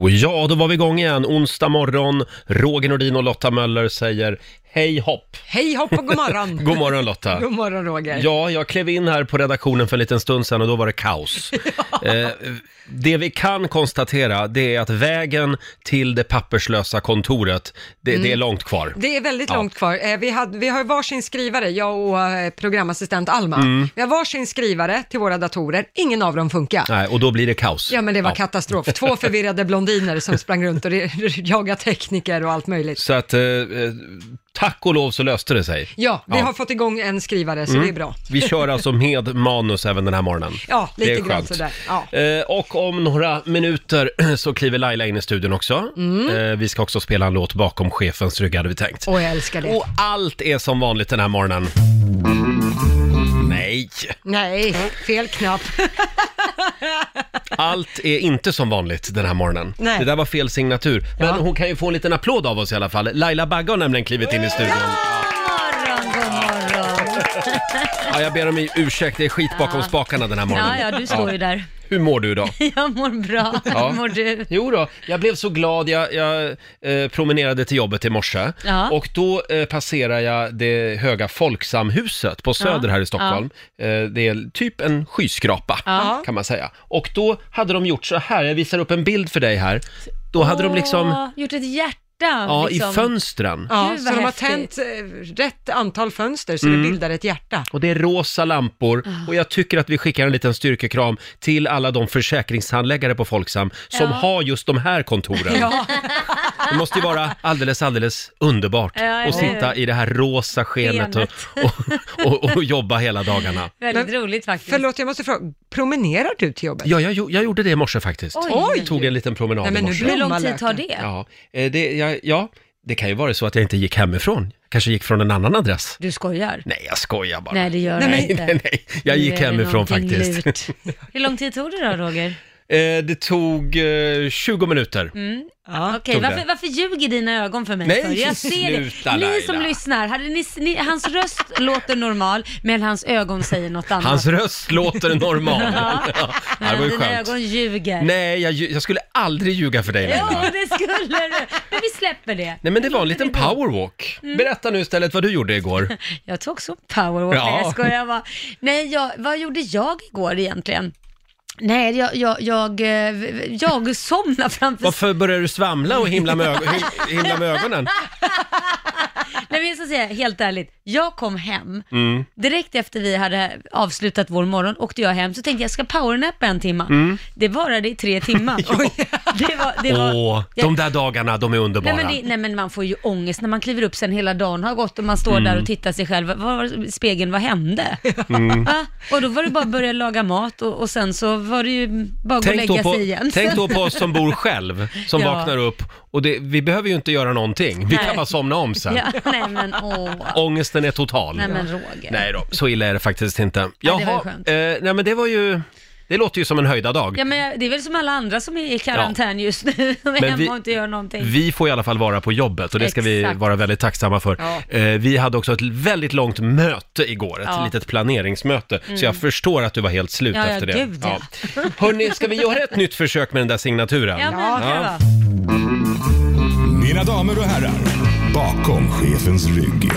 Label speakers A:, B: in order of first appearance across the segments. A: Och ja, då var vi igång igen. Onsdag morgon. Roger Nordin och Lotta Möller säger hej hopp.
B: Hej hopp och god morgon!
A: God morgon Lotta.
B: God morgon Roger!
A: Ja, jag klev in här på redaktionen för en liten stund sedan och då var det kaos. eh, det vi kan konstatera det är att vägen till det papperslösa kontoret, det, det är långt kvar.
B: Mm. Det är väldigt
A: Ja.
B: långt kvar. Eh, Vi, hade, vi har ju varsin skrivare, jag och eh, programassistent Alma.
A: Mm.
B: Vi har varsin skrivare till våra datorer, ingen av dem funkar.
A: Nej, och då blir det kaos.
B: Ja men det var katastrof. Två förvirrade blondiner som sprang runt och re- jagade tekniker och allt möjligt.
A: Så att, eh, eh, tack och lov så löste det sig.
B: Ja, vi
A: Ja. Mm.
B: har fått igång en skrivare så det är bra.
A: Vi kör alltså med manus även den här morgonen.
B: Ja, lite
A: Det är
B: grann
A: skönt.
B: sådär. Ja.
A: Eh, och om några minuter så kliver Laila in i studion också. Eh, vi ska också spela en låt bakom chefens rygg hade vi tänkt.
B: Mm. Och jag älskar det.
A: Och allt är som vanligt den här morgonen. Nej,
B: Nej, fel knapp.
A: allt är inte som vanligt den här morgonen.
B: Nej.
A: Det där var fel signatur. Men
B: Ja.
A: hon kan ju få en liten applåd av oss i alla fall. Laila Bagge har nämligen klivit in i studion.
C: morgon, god morgon.
A: Ja, jag ber om ursäkt, det är skit bakom spakarna den här morgonen.
C: Ja, ja, du står ju där.
A: Hur mår du idag?
C: Jag mår bra.
A: Ja.
C: Hur mår du?
A: Jo då, jag blev så glad. Jag, jag eh, promenerade till jobbet i morse
C: Ja.
A: och då eh, passerar jag det höga Folksamhuset på Söder
C: Ja.
A: här i Stockholm. Eh, det är typ en skyskrapa
C: Ja.
A: kan man säga. Och då hade de gjort så här, jag visar upp en bild för dig här. Då hade de liksom,
C: Åh, gjort ett hjärta.
A: ja
C: liksom.
A: i fönstren.
B: Ja,
C: Gud,
B: så
C: vad
B: de har
C: häftigt.
B: tänt eh, rätt antal fönster så
A: Mm.
B: det bildar ett hjärta.
A: Och det är rosa lampor
C: Ah.
A: och jag tycker att vi skickar en liten styrkekram till alla de försäkringshandläggare på Folksam som
C: Ja.
A: har just de här kontoren.
B: Ja.
A: Det måste ju vara alldeles, alldeles underbart
C: Ja, eller
A: att sitta
C: hur?
A: i det här rosa skenet och, och, och, och jobba hela dagarna.
C: Väldigt
B: Men-
C: roligt faktiskt.
B: Förlåt, jag måste fråga, promenerar du till jobbet?
A: Ja, jag, gjo- jag gjorde det i morse faktiskt.
C: Oj.
A: Jag tog en liten promenad
B: Nej, men
A: i
B: nu
A: morse.
B: blir-
C: Hur lång tid
B: Blommalöken.
C: tar det?
A: Ja, eh, det, ja, ja, det kan ju vara så att jag inte gick hemifrån. Kanske gick från en annan adress.
C: Du skojar?
A: Nej, jag skojar bara.
C: Nej, det gör
B: Nej,
C: jag
A: nej,
C: inte.
A: nej, nej. Jag
C: Nu
A: gick
C: är det
A: hemifrån
C: någonting
A: faktiskt.
C: lurt. Hur lång tid tog det då, Roger?
A: Eh, det tog eh, 20 minuter.
B: Ja.
C: Mm. Okej,
A: Tog det.
C: varför, varför ljuger dina ögon för mig?
A: Nej,
C: för? Jag ser
A: sluta,
C: det. Ni
A: Laila.
C: som lyssnar, hade ni, ni, hans röst låter normal, men hans ögon säger något annat.
A: Hans röst låter normal.
C: Ja.
A: Ja, det var
C: Men
A: ju
C: dina
A: skönt.
C: ögon ljuger.
A: Nej, jag, lju- jag skulle aldrig ljuga för dig Laila.
C: Jo, det skulle du. Men vi släpper det. Mm.
A: Nej men det var en liten powerwalk. Berätta nu istället vad du gjorde igår.
C: Jag tog också en powerwalk.
A: Ja.
C: Nej, jag skojar bara. Nej, jag, vad gjorde jag igår egentligen? Nej, jag, jag, jag, eh, jag somnade framför...
A: Varför börjar du svamla och himla med, ög- him- himla med ögonen?
C: Nej, men jag ska säga helt ärligt. Jag kom hem.
A: Mm.
C: Direkt efter vi hade avslutat vår morgon åkte jag hem. Så tänkte jag, ska powernappa en timma.
A: Mm.
C: Det varade i tre timmar. Oj. det var... Det var
A: Åh, de där dagarna, de är underbara.
C: Nej men, det, nej men man får ju ångest när man kliver upp sen hela dagen har gått och man står
A: Mm.
C: där och tittar sig själv. Vad var spegeln, vad hände?
A: Mm.
C: Va? Och då var det bara att börja laga mat och, och sen så var det ju bara att gå och
A: Tänk, då
C: lägga
A: på,
C: sig igen.
A: tänk då på oss som bor själv, som
C: Ja.
A: vaknar upp och det, vi behöver ju inte göra någonting. Vi kan
C: Nej.
A: bara somna om sen.
C: ja, nej men åh.
A: Ångesten är total.
C: Nej men Roger.
A: Nej då, så illa är det faktiskt inte.
C: Ja, det var ju
A: eh,
C: skönt.
A: nej men det var ju, det låter ju som en höjda dag.
C: Ja men jag- det är väl som alla andra som är i karantän just nu. De är
A: Men
C: hemma
A: vi-
C: och inte gör någonting.
A: Vi får i alla fall vara på jobbet och det ska vi
C: Exakt.
A: vara väldigt tacksamma för.
B: Ja.
A: Eh, Vi hade också ett väldigt långt möte igår, ett
C: Ja. Mm.
A: litet planeringsmöte. Så jag förstår att du var helt slut
C: Ja, ja,
A: efter det.
C: gud, ja.
A: Hörni, ska vi göra ett nytt försök med den där signaturen?
C: Ja, men, ja.
A: Ja.
D: Mina damer och herrar, bakom chefens rygg.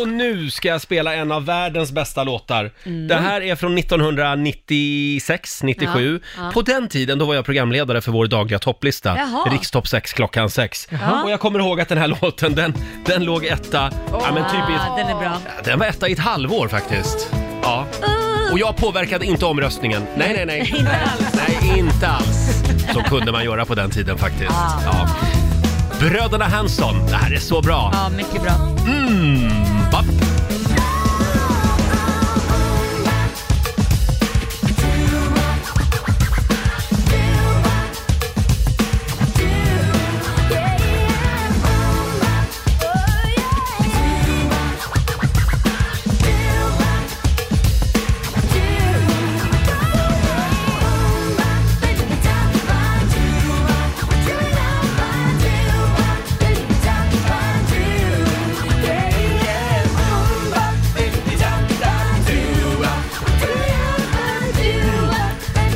A: Och nu ska jag spela en av världens bästa låtar.
C: Mm.
A: Det här är från 1996, 97.
C: Ja, ja.
A: På den tiden då var jag programledare för vår dagliga topplista,
C: Jaha.
A: Rikstopp 6 klockan 6.
C: Jaha.
A: Och jag kommer ihåg att den här låten, den, den låg etta, ja men typ i ett
C: Ah, den är bra.
A: Den var etta i ett halvår faktiskt. Ja. Och jag påverkade inte omröstningen. Nej, nej, nej.
C: Uh. Inte alls.
A: Nej, inte alls. Så kunde man göra på den tiden faktiskt.
C: Ah.
A: Ja. Bröderna Hansson, det här är så bra.
C: Ja, mycket bra.
A: Bapp.
E: Yeah.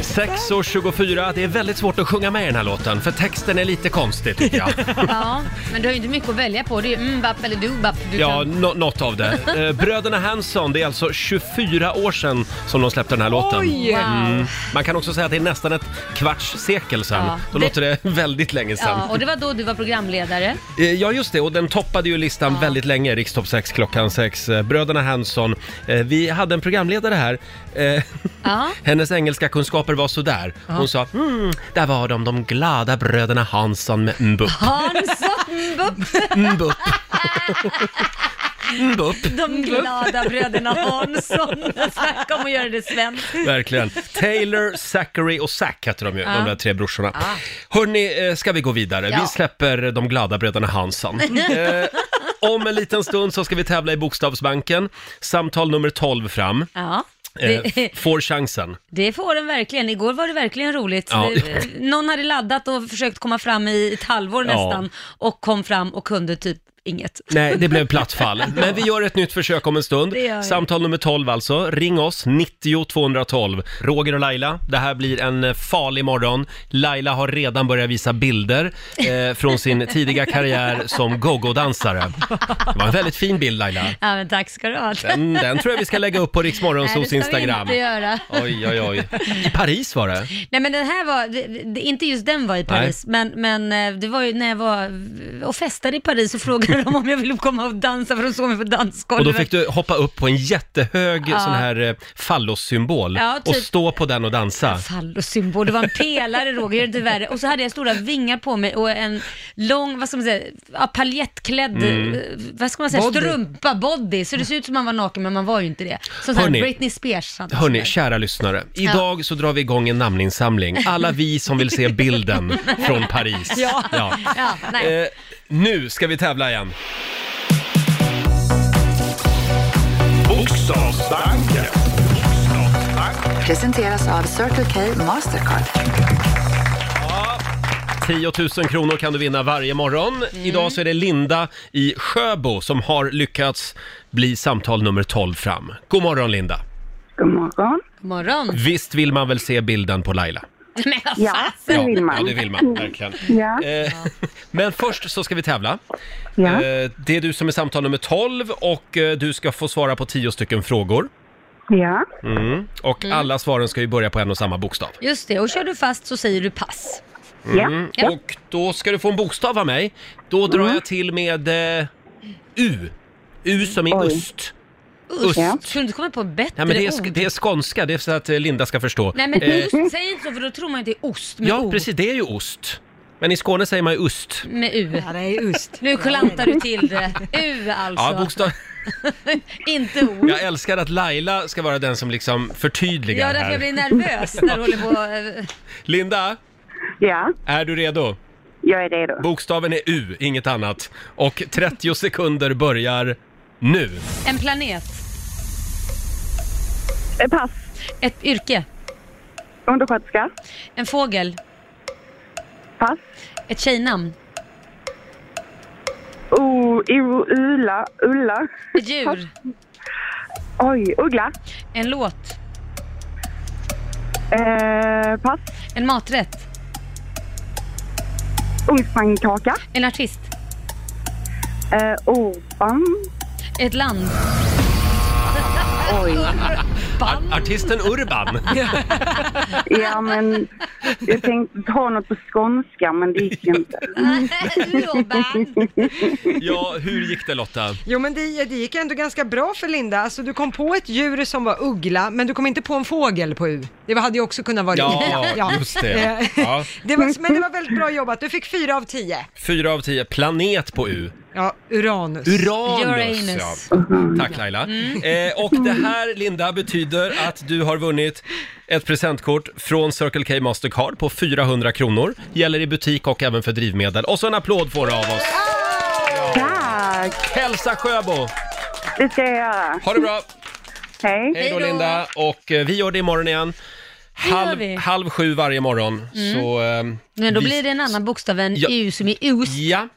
A: 6.24, det är väldigt svårt att sjunga med i den här låten för texten är lite konstig tycker jag.
C: Ja, men du har ju inte mycket att välja på. Det är ju Mbapp eller Dubap. Du
A: Ja,
C: kan...
A: nå- något av det. Eh, Bröderna Hanson, det är alltså 24 år sedan som de släppte den här låten.
B: Oj!
A: Mm. Man kan också säga att det är nästan ett kvarts sekel sedan.
C: Ja.
A: Då låter det väldigt länge sedan.
C: Ja, och det var då du var programledare.
A: Eh, Ja, just det. Och den toppade ju listan väldigt länge, Rikstopp 6 klockan 6. Bröderna Hanson. Eh, Vi hade en programledare här. Eh,
C: Ja.
A: Hennes engelska kunskaper var sådär. Hon sa, mm, där var de, de glada bröderna Hansson med Mbup.
C: Hans och Mbupp,
A: Mbup. Mbup.
C: de glada bröderna Hansson. Snacka om att göra det svenskt.
A: Verkligen. Taylor, Zachary och Zack heter de ju, de där tre brorsorna. Hörni, eh, ska vi gå vidare?
C: Ja.
A: Vi släpper de glada bröderna Hansson. Eh, Om en liten stund så ska vi tävla i Bokstavsbanken. Samtal nummer 12 fram.
C: Ja.
A: Eh,
C: Det,
A: får chansen.
C: det får den verkligen. Igår var det verkligen roligt.
A: Ja.
C: Det- Någon hade laddat och försökt komma fram i ett halvår
A: Ja.
C: nästan och kom fram och kunde typ inget.
A: Nej, det blev platt fall. Men vi gör ett nytt försök om en stund.
C: Det gör vi.
A: Samtal nummer 12 alltså. Ring oss, 90 212. Roger och Laila, det här blir en eh, farlig morgon. Laila har redan börjat visa bilder eh, från sin tidiga karriär som go-go-dansare. Det var en väldigt fin bild Laila.
C: Ja, men tack ska du ha.
A: Den, den tror jag vi ska lägga upp på
C: Nej, det
A: Riksmorgonsos
C: ska vi
A: Instagram.
C: inte göra.
A: Oj, oj, oj. I Paris var det.
C: Nej men den här var, det- det- inte just den var i Paris, men, men eh, det var ju när jag var och festade i Paris och frågade de om jag ville komma och dansa för de såg mig på
A: Och
C: dansgolvet.
A: då fick du hoppa upp på en jättehög sån här eh, fallossymbol
C: Ja,
A: och
C: typ.
A: stå på den och dansa.
C: Fallosymbol, det var en pelare Roger, gör det inte värre. Och så hade jag stora vingar på mig och en lång, vad ska man säga, ja, paljettklädd,
A: Mm.
C: eh, vad ska man säga,
B: Body.
C: strumpa, body. Så det ser ut som man var naken men man var ju inte det. Som så här
A: Hörni.
C: Britney Spears hade
A: Hörni,
C: sådär.
A: kära lyssnare. Idag så drar vi igång en namninsamling. Alla vi som vill se bilden från Paris.
C: Ja.
A: Ja.
C: Ja, nej.
A: Eh, nu ska vi tävla igen.
D: Bokstavsbanken.
E: Presenteras av Circle K Mastercard.
A: 10 000 kronor kan du vinna varje morgon. Idag så är det Linda i Sjöbo som har lyckats bli samtal nummer 12 fram. God morgon Linda.
F: God morgon.
C: God morgon.
A: Visst vill man väl se bilden på Laila?
C: Men vad
F: Ja,
C: fasen.
F: det vill
A: Ja,
F: man.
A: det vill man verkligen.
F: Ja.
A: Eh, men först så ska vi tävla.
F: Ja.
A: Eh, det är du som är samtal nummer 12 och eh, du ska få svara på 10 stycken frågor.
F: Ja.
A: Mm. Och alla svaren ska ju börja på en och samma bokstav.
C: Just det, och kör du fast så säger du pass.
A: mm.
F: Ja.
C: Ja. Mm.
A: Och då ska du få en bokstav av mig. Då drar jag till med eh, U. U som i
F: Oj.
A: öst.
C: Usch,
A: Ja.
C: kunde du inte komma på ett bättre
A: Nej, men det, är,
C: ord?
A: sk- det är skånska, det är så att eh, Linda ska förstå.
C: Nej men
A: Eh,
C: ost, säg inte så för då tror man ju att det är ost med
A: ja,
C: o.
A: precis, det är ju ost. Men i Skåne säger man ju ust.
C: Med u.
B: Ja, det är just.
C: Nu klantar du till det. U alltså.
A: Ja, bokstav...
C: Inte o.
A: Jag älskar att Laila ska vara den som liksom förtydligar
C: Ja, därför
A: här.
C: jag blir nervös när du håller på. eh,
A: Linda,
F: ja,
A: är du redo?
F: jag är redo.
A: Bokstaven är U, inget annat. Och 30 sekunder börjar nu.
C: En planet,
F: Eh, Pass.
C: ett yrke,
F: Undersköterska.
C: en fågel,
F: Pass.
C: ett tjejnamn,
F: O, o, Ulla, Ulla.
C: ett djur,
F: Oj, Uggla.
C: en låt,
F: Eh, pass.
C: en maträtt,
F: Ugnspannkaka.
C: en artist,
F: Eh, Orban.
C: ett land. Urban.
A: Artisten Urban.
F: Ja, men jag tänkte ta något på skånska, men det gick inte.
C: Urban.
A: Ja, hur gick det Lotta?
B: Jo men det, det gick ändå ganska bra för Linda, alltså du kom på ett djur som var uggla, men du kom inte på en fågel på U. Det var- hade ju också kunnat vara
A: Ja,
B: Ja.
A: just det. Ja.
B: Det var, men det var väldigt bra jobbat, du fick fyra av tio.
A: Fyra av tio, planet på U.
B: Ja, Uranus.
A: Uranus! Ja.
C: Uranus.
A: Tack Laila. Eh, och det här Linda betyder att du har vunnit ett presentkort från Circle K Mastercard på 400 kronor. Gäller i butik och även för drivmedel. Och så en applåd får du av oss.
F: Tack!
A: Hälsa Sjöbo!
F: Det ska jag göra.
A: Ha det bra!
F: Hej.
A: Hej då
C: Hej då.
A: Linda! Och eh, vi gör det imorgon igen.
C: gör
A: Halv,
C: vi.
A: halv sju varje morgon. Så, eh,
C: Men då
A: vi-
C: blir det en annan bokstav än
A: Ja.
C: u som är os.
A: Ja,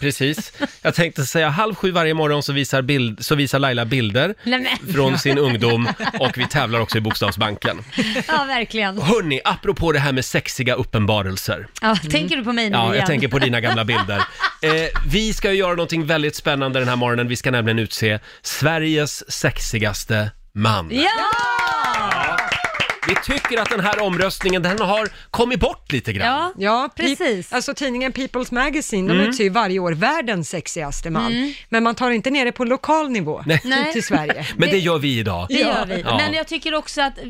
A: precis. Jag tänkte säga halv sju varje morgon så visar, bild, så visar Laila bilder
C: Nej, men.
A: från sin ungdom och vi tävlar också i Bokstavsbanken.
C: Ja, verkligen.
A: Hörni, apropå det här med sexiga uppenbarelser.
C: Ja, Tänker du på mig nu
A: Ja,
C: igen?
A: jag tänker på dina gamla bilder. Eh, vi ska ju göra någonting väldigt spännande den här morgonen. Vi ska nämligen utse Sveriges sexigaste man.
C: Ja!
A: Vi tycker att den här omröstningen, den har kommit bort lite grann.
C: Ja,
B: Ja, Pe-
C: precis.
B: Alltså tidningen People's Magazine,
A: Mm.
B: de utser ju varje år världens sexigaste man. Men man tar inte ner det på lokal nivå
C: Nej.
B: till Sverige.
A: Men det
C: det-
A: gör vi idag.
C: Det gör vi.
A: Ja.
C: Men jag tycker också att eh,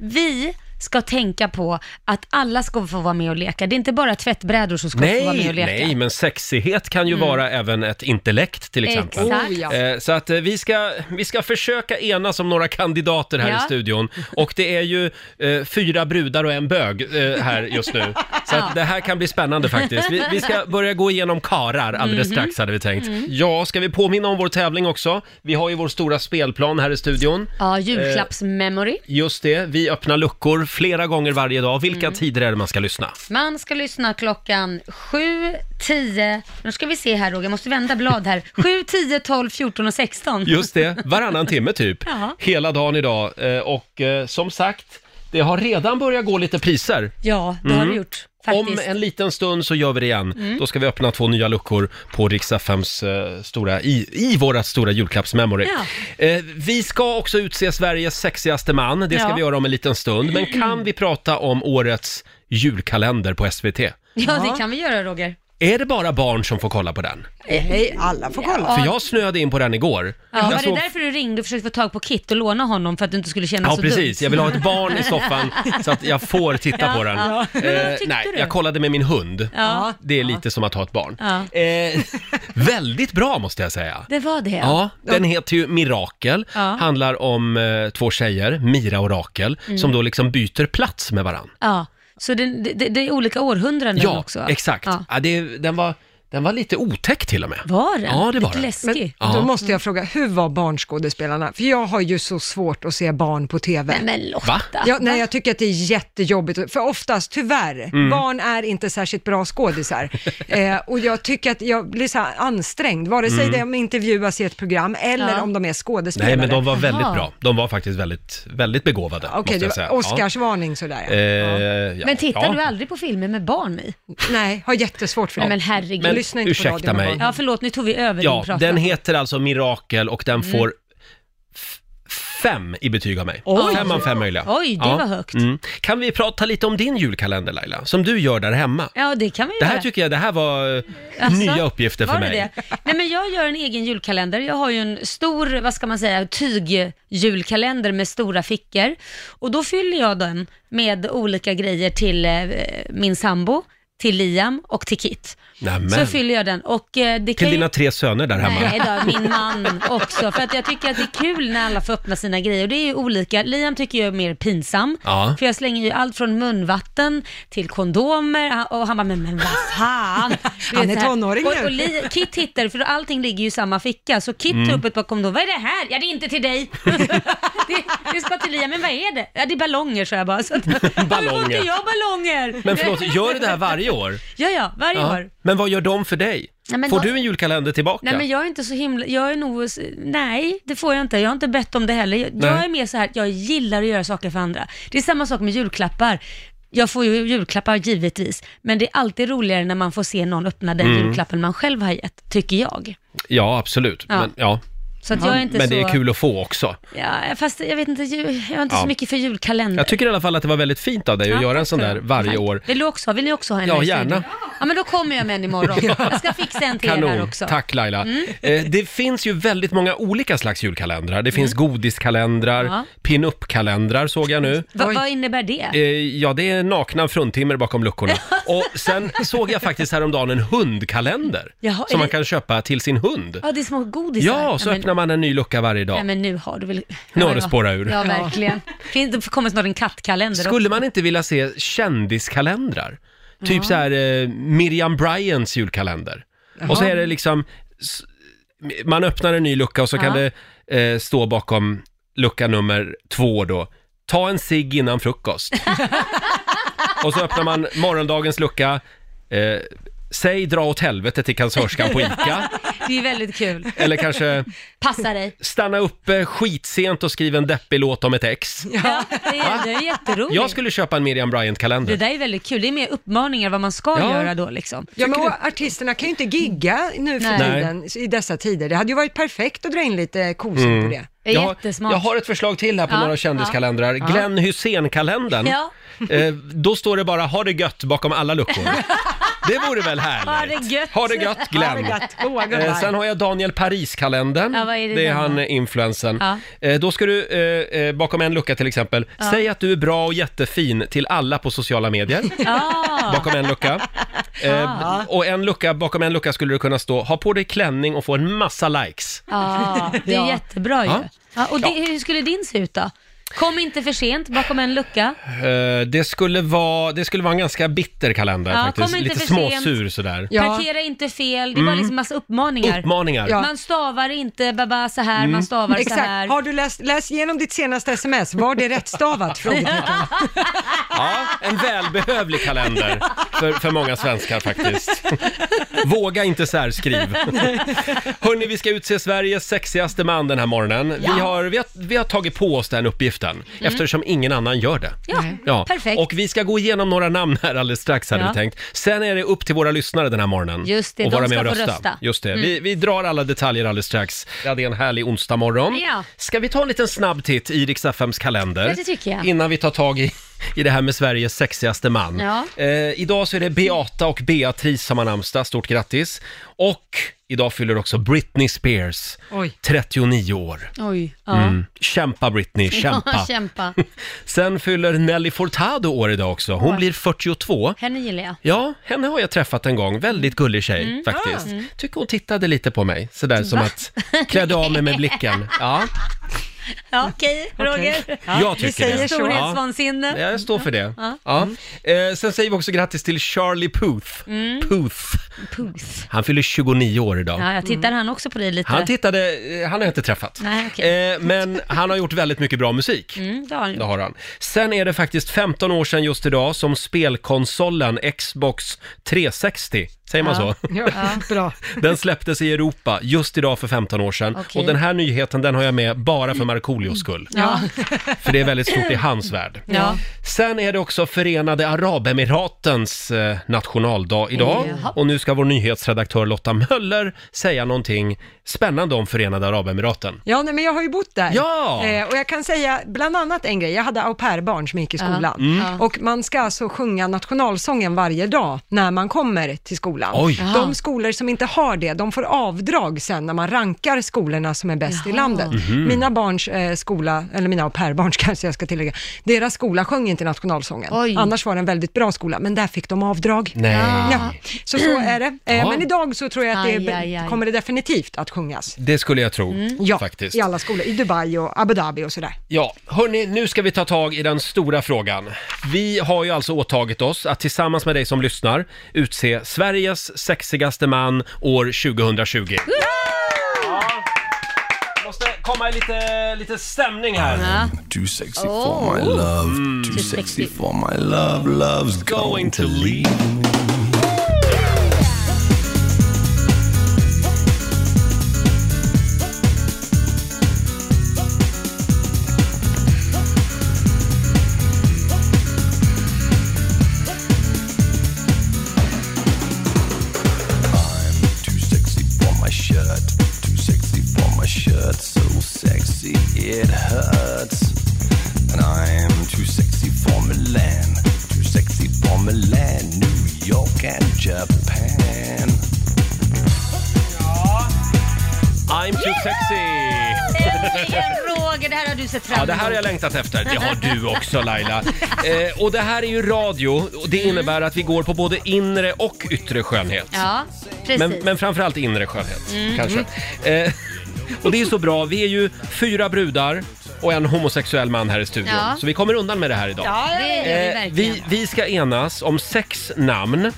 C: vi ska tänka på att alla ska få vara med och leka. Det är inte bara tvättbrädor som ska få vara med
A: Nej,
C: och leka. Mm.
A: nej, men sexighet kan ju vara även ett intellekt till exempel.
C: Exakt.
B: Oh, ja.
A: Eh, Så att eh, vi ska, vi ska försöka enas om några kandidater här
C: Ja.
A: i studion. Och det är ju eh, fyra brudar och en bög eh, här just nu. Så att det här kan bli spännande faktiskt. Vi, vi ska börja gå igenom karar alldeles
C: Mhm.
A: strax hade vi tänkt.
C: Mm.
A: Ja, ska vi påminna om vår tävling också? Vi har ju vår stora spelplan här i studion.
C: Ja, julklappsmemory.
A: Just det, vi öppnar luckor flera gånger varje dag. Vilka
C: Mm.
A: tider är det man ska lyssna?
C: Man ska lyssna klockan 7, 10, nu ska vi se här Roger, jag måste vända blad här. 7, 10, 12, 14 och 16.
A: Just det, varannan timme typ.
C: Ja.
A: Hela dagen idag. Eh, Och eh, som sagt, det har redan börjat gå lite priser.
C: Ja, det har du gjort.
A: Mm. Om
C: Faktiskt. Mm.
A: en liten stund så gör vi det igen. Då ska vi öppna två nya luckor på Rix FMs eh, stora, i, i vårat stora julklappsmemory. Eh, vi ska också utse Sveriges sexigaste man. Det ska
C: Ja.
A: vi göra om en liten stund. Men kan vi prata om årets julkalender på SVT?
C: Ja, det kan vi göra Roger.
A: Är det bara barn som får kolla på den?
B: Nej, alla får kolla.
A: För jag snörde in på den igår.
C: Ja, var
A: jag såg
C: det därför du ringde och försökte få tag på Kit och låna honom för att du inte skulle känna
A: Ja,
C: så
A: precis.
C: dumt?
A: Jag vill ha ett barn i soffan så att jag får titta på den.
C: ja. Men vad
A: Eh,
C: tyckte
A: nej,
C: du?
A: jag kollade med min hund.
C: Ja,
A: Det är lite som att ha ett barn.
C: Ja.
A: Eh, väldigt bra måste jag säga.
C: det var det.
A: Ja, den heter ju Mirakel.
C: Ja.
A: Handlar om eh, två tjejer, Mira och Rakel,
C: Mm.
A: som då liksom byter plats med varann.
C: Ja. Så det, det, det är olika århundraden
A: Ja,
C: också?
A: exakt. Ja.
C: Ja.
A: det, den, var, den var lite otäck till och med.
C: Var den?
A: Ja, det var
C: Lite
A: den.
C: läskig.
A: Ja.
B: Då måste jag fråga, hur var barnskådespelarna? För jag har ju så svårt att se barn på TV.
C: Nej, men
A: Va?
C: Lotta.
B: Ja, nej, jag tycker att det är jättejobbigt, för oftast, tyvärr,
A: Mm.
B: barn är inte särskilt bra skådisar. eh, och jag tycker att jag blir så här ansträngd, vare sig de intervjuas i ett program eller
C: Ja.
B: om de är skådespelare.
A: Mm. Nej, men de var väldigt
C: Jaha.
A: bra. De var faktiskt väldigt, väldigt begåvade, måste
B: Okej,
A: jag
B: det
A: säga.
B: var
A: Ja.
B: Oscarsvarning sådär.
A: Eh,
B: Ja.
A: ja.
C: Men tittar
A: Ja.
C: du aldrig på filmer med barn i?
B: Nej, har jättesvårt för det.
C: Nej, men herregud.
A: Men
B: lyssna inte på
A: ursäkta
B: radion,
A: mig.
B: barn.
C: Ja, förlåt, nu tog vi över din
A: Ja,
C: prata.
A: den heter alltså Mirakel och
C: Mm.
A: den får f- fem i betyg av mig.
C: Oj.
A: Fem av fem möjliga.
C: Oj, det
A: Ja.
C: var högt.
A: Mm. Kan vi prata lite om din julkalender Laila, som du gör där hemma?
C: Ja, det kan vi
A: Det
C: göra.
A: här tycker jag, det här var eh,
C: Alltså,
A: nya uppgifter för
C: var
A: mig.
C: Det det? Nej, men jag gör en egen julkalender. Jag har ju en stor, vad ska man säga, tygjulkalender med stora fickor. Och då fyller jag den med olika grejer till eh, min sambo, till Liam och till Kit.
A: Nämen.
C: Så fyller jag den. Och, eh, det kan
A: Till
C: ju...
A: dina tre söner där hemma.
C: Nej då, min man också. För att jag tycker att det är kul när alla får öppna sina grejer. Och det är ju olika. Liam tycker jag är mer pinsam.
A: Ja.
C: För jag slänger ju allt från munvatten till kondomer. Och han bara, men, men vad fan. Du
B: Han
C: vet,
B: är
C: så här.
B: tonåring nu.
C: Och, och Li- Kit hittar, för allting ligger ju i samma ficka. Så Kit tar upp ett par kondomer. Vad är det här? Ja, det är inte till dig. det, det ska till Liam. Men vad är det? Ja, det är ballonger, så jag bara. Så att, Varför får inte
A: Ballonger.
C: jag ballonger?
A: Men förlåt, gör du det här varje år?
C: Ja, ja, varje
A: Ja.
C: år.
A: Men vad gör de för dig?
C: Nej, men
A: Får
C: vad-
A: du en julkalender tillbaka?
C: Nej men jag är inte så himla, jag är nog, nej det får jag inte. Jag har inte bett om det heller. Jag, jag
A: Nej.
C: är mer så här, jag gillar att göra saker för andra. Det är samma sak med julklappar. Jag får ju julklappar givetvis, men det är alltid roligare när man får se någon öppna den
A: Mm.
C: julklappen man själv har gett, tycker jag.
A: Ja, absolut.
C: Ja.
A: Men, ja.
C: Så att jag är inte
A: men
C: så...
A: det är kul att få också.
C: Ja, fast jag vet inte, ju- jag har inte
A: Ja.
C: så mycket för julkalender.
A: Jag tycker i alla fall att det var väldigt fint av dig att
C: Ja,
A: göra en
C: tack
A: sån
C: för
A: där
C: det.
A: varje
C: Tack.
A: år.
C: Vill du också ha? Vill ni också ha en?
A: Ja,
C: här i
A: gärna.
C: studion? Ja, men då kommer jag med en imorgon. Jag ska fixa en till er här också.
A: Tack Laila.
C: Mm.
A: Eh, det finns ju väldigt många olika slags julkalendrar. Det finns godiskalendrar,
C: Mm. Ja.
A: pin-up-kalendrar såg jag nu.
C: Va,
B: Oj.
C: vad innebär det?
A: Eh, ja, det är nakna fruntimmer bakom luckorna. Och sen såg jag faktiskt häromdagen en hundkalender
C: Jaha, är
A: som man
C: det-
A: kan köpa till sin hund.
C: Ja, det är små godisar.
A: Ja, så
C: men-
A: öppnar man en ny lucka varje
C: Nej
A: dag.
C: men nu har du väl...
A: Nu har
C: Ja,
A: det
C: ja.
A: spårat ur.
C: Ja, verkligen. Fin, det kommer snart en kattkalender också.
A: Skulle man inte vilja se kändiskalendrar? Typ så här eh, Miriam Bryants julkalender. Och så är det liksom, s- man öppnar en ny lucka och så kan
C: Ja.
A: det eh, stå bakom lucka nummer två då. Ta en cigg innan frukost. och så öppnar man morgondagens lucka. Eh, Säg dra åt helvete till kassörskan på ICA.
C: Det är väldigt kul.
A: Eller kanske
C: Passa dig.
A: stanna uppe skitsent och skriv en deppig låt om ett ex.
C: Ja, det, är, det är jätteroligt.
A: Jag skulle köpa en Miriam
C: Det
A: Bryant-kalender.
C: där är väldigt kul. Det är mer uppmaningar vad man ska
A: Ja.
C: göra då liksom.
B: Ja, men och artisterna kan ju inte gigga nu för
C: Nej.
B: tiden i dessa tider. Det hade ju varit perfekt att dra in lite kosing
A: Mm.
B: på det.
C: Det är
A: Jag har,
C: jättesmart.
A: jag har ett förslag till här på
C: Ja,
A: några kändiskalendrar. Glenn Hysén-kalendern.
C: Ja.
A: Eh, då står det bara “Ha det gött” bakom alla luckor. Det vore väl härligt?
C: Ha det gött.
A: Ha det gött, Glenn.
B: Har vi gatt goa
A: Eh,
B: gubbar.
A: sen har jag Daniel Paris-kalendern.
C: Ja, vad är det
A: är
C: där då?
A: han, eh, influensen.
C: Ja.
A: Eh, då ska du, eh, eh, bakom en lucka till exempel, säg att du är bra och jättefin till alla på sociala medier.
C: Ja.
A: Bakom en lucka. Eh, och en lucka, bakom en lucka skulle du kunna stå, ha på dig klänning och få en massa likes.
C: ja, det är
B: Ja.
C: jättebra ju.
A: Ja.
C: Ja. och det, hur skulle din se ut då? Kom inte för sent bakom en lucka.
A: Eh, det, skulle vara, det skulle vara en ganska bitter kalender
C: Ja, kom
A: faktiskt.
C: inte
A: Lite
C: för sent.
A: småsur sådär.
B: Ja.
C: Parkera inte fel. Det är bara liksom massa uppmaningar.
A: Mm. Uppmaningar. Mm.
B: Ja.
C: Man stavar inte baba så här, man stavar så här.
B: Exakt. Har du läst, läst igenom ditt senaste sms? Var det rättstavat? Frågetecken.
A: Ja, en välbehövlig kalender för, för många svenskar faktiskt. Våga inte särskriv. Hörni, vi ska utse Sveriges sexigaste man den här morgonen. Vi, har, vi, har, vi har tagit på oss den uppgiften
C: Mm.
A: eftersom ingen annan gör det.
C: Ja, perfekt.
A: Och vi ska gå igenom några namn här alldeles strax hade
C: Ja.
A: vi tänkt. Sen är det upp till våra lyssnare den här morgonen.
C: Just det,
A: och
C: de
A: vara
C: ska
A: med och
C: få
A: rösta.
C: rösta. Mm.
A: Just det. Vi, vi drar alla detaljer alldeles strax. Ja, det är en härlig onsdag morgon.
C: Ja.
A: Ska vi ta en liten snabb titt i Rix FMs kalender?
C: Ja, det tycker jag.
A: Innan vi tar tag i, i det här med Sveriges sexigaste man.
C: Ja.
A: Eh, idag så är det Beata och Beatrice som har namnsdag. Stort grattis. Och idag fyller också Britney Spears
B: Oj.
A: 39 år.
C: Oj, ja.
A: Mm. Kämpa Britney,
C: Ja,
A: kämpa.
C: kämpa.
A: Sen fyller Nelly Furtado år idag också. Hon blir 42.
C: Henne gillar jag.
A: Ja, henne har jag träffat en gång. Väldigt gullig tjej
C: Mm.
A: faktiskt. Tycker hon tittade lite på mig, sådär som att klädde av mig med blicken. Ja,
C: Ja, okej, Roger.
A: jag
B: vi
A: tycker
B: säger
A: det.
B: så.
A: Ja.
C: Storhetsvansinne.
A: Ja, jag står för det. Ja.
C: Mm.
A: Eh, sen säger vi också grattis till Charlie Puth. Puth.
C: Puth.
A: Han fyller 29 år idag.
C: Mm. Ja, jag tittar han också på dig lite.
A: Han tittade, eh, han har jag inte träffat.
C: Nej, okej.
A: eh, men han har gjort väldigt mycket bra musik.
C: Mm, det har han
A: Det
C: gjort.
A: har han. Sen är det faktiskt 15 år sedan just idag som spelkonsolen Xbox 360, säger man så?
B: Ja, bra.
A: Den släpptes i Europa just idag för 15 år sedan.
C: Okej.
A: Och den här nyheten den har jag med bara för Markoolios skull.
C: Ja.
A: För det är väldigt stort i hans värld.
C: Ja.
A: Sen är det också Förenade Arabemiratens eh, nationaldag idag.
C: Jaha.
A: Och nu ska vår nyhetsredaktör Lotta Möller säga någonting spännande om Förenade Arabemiraten.
B: Ja, nej, men jag har ju bott där.
A: Ja!
B: Eh, och jag kan säga bland annat en grej. Jag hade au pair-barn som gick i skolan.
A: Mm.
B: Och man ska alltså sjunga nationalsången varje dag när man kommer till skolan.
A: Oj.
B: De skolor som inte har det, de får avdrag sen när man rankar skolorna som är bäst i landet.
A: Mhm.
B: Mina barns eh, skola, eller mina au pair-barns kanske jag ska tillägga, deras skola sjöng inte nationalsången.
C: Oj.
B: Annars var det en väldigt bra skola, men där fick de avdrag.
A: Nej.
B: Ja, så så är det. Eh,
A: Ja.
B: Men idag så tror jag att det
C: Aj, aj, aj.
B: kommer det definitivt att sjungas.
A: Det skulle jag tro,
C: Mm.
B: Ja,
A: faktiskt.
B: i alla skolor. I Dubai och Abu Dhabi och sådär.
A: Ja, hörni, nu ska vi ta tag i den stora frågan. Vi har ju alltså åtagit oss att tillsammans med dig som lyssnar utse Sveriges sexigaste man år 2020. Ja! Måste komma i lite, lite stämning här.
D: Too sexy for my love, Mm. too sexy for my love, love's going to leave. Too sexy for my shirt, too sexy for my shirt, so sexy it hurts. And I'm too sexy for Milan, too sexy for Milan, New York and Japan.
A: I'm too sexy!
C: Äntligen Roger, det här har du sett fram
A: Ja,
C: emot.
A: det här har jag längtat efter. Det har du också Laila. Eh, och det här är ju radio och det innebär att vi går på både inre och yttre skönhet.
C: Ja, precis. Mm.
A: Men, men framförallt inre skönhet, kanske. Eh, och det är ju så bra, vi är ju fyra brudar och en homosexuell man här i studion.
C: Ja.
A: Så vi kommer undan med det här idag.
C: det gör vi
A: Eh,
C: verkligen.
A: vi, vi ska enas om sex namn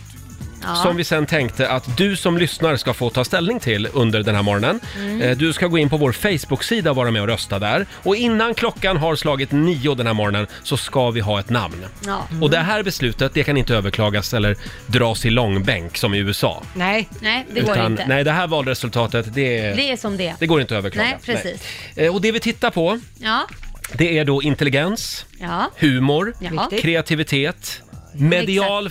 A: som vi sen tänkte att du som lyssnar ska få ta ställning till under den här morgonen.
C: Mm.
A: Eh, Du ska gå in på vår Facebook-sida och vara med och rösta där. Och innan klockan har slagit nio den här morgonen så ska vi ha ett namn.
C: Ja.
A: Och det här beslutet, det kan inte överklagas eller dras i långbänk som i USA.
B: Nej,
C: Nej, det går inte.
A: Nej, det här valresultatet, det, är-
C: Det är som det är.
A: det går inte att överklaga.
C: Nej, precis.
A: Nej. Eh, Och det vi tittar på,
C: Ja,
A: det är då intelligens,
C: ja,
A: humor,
C: ja.
B: Viktigt.
A: kreativitet, medial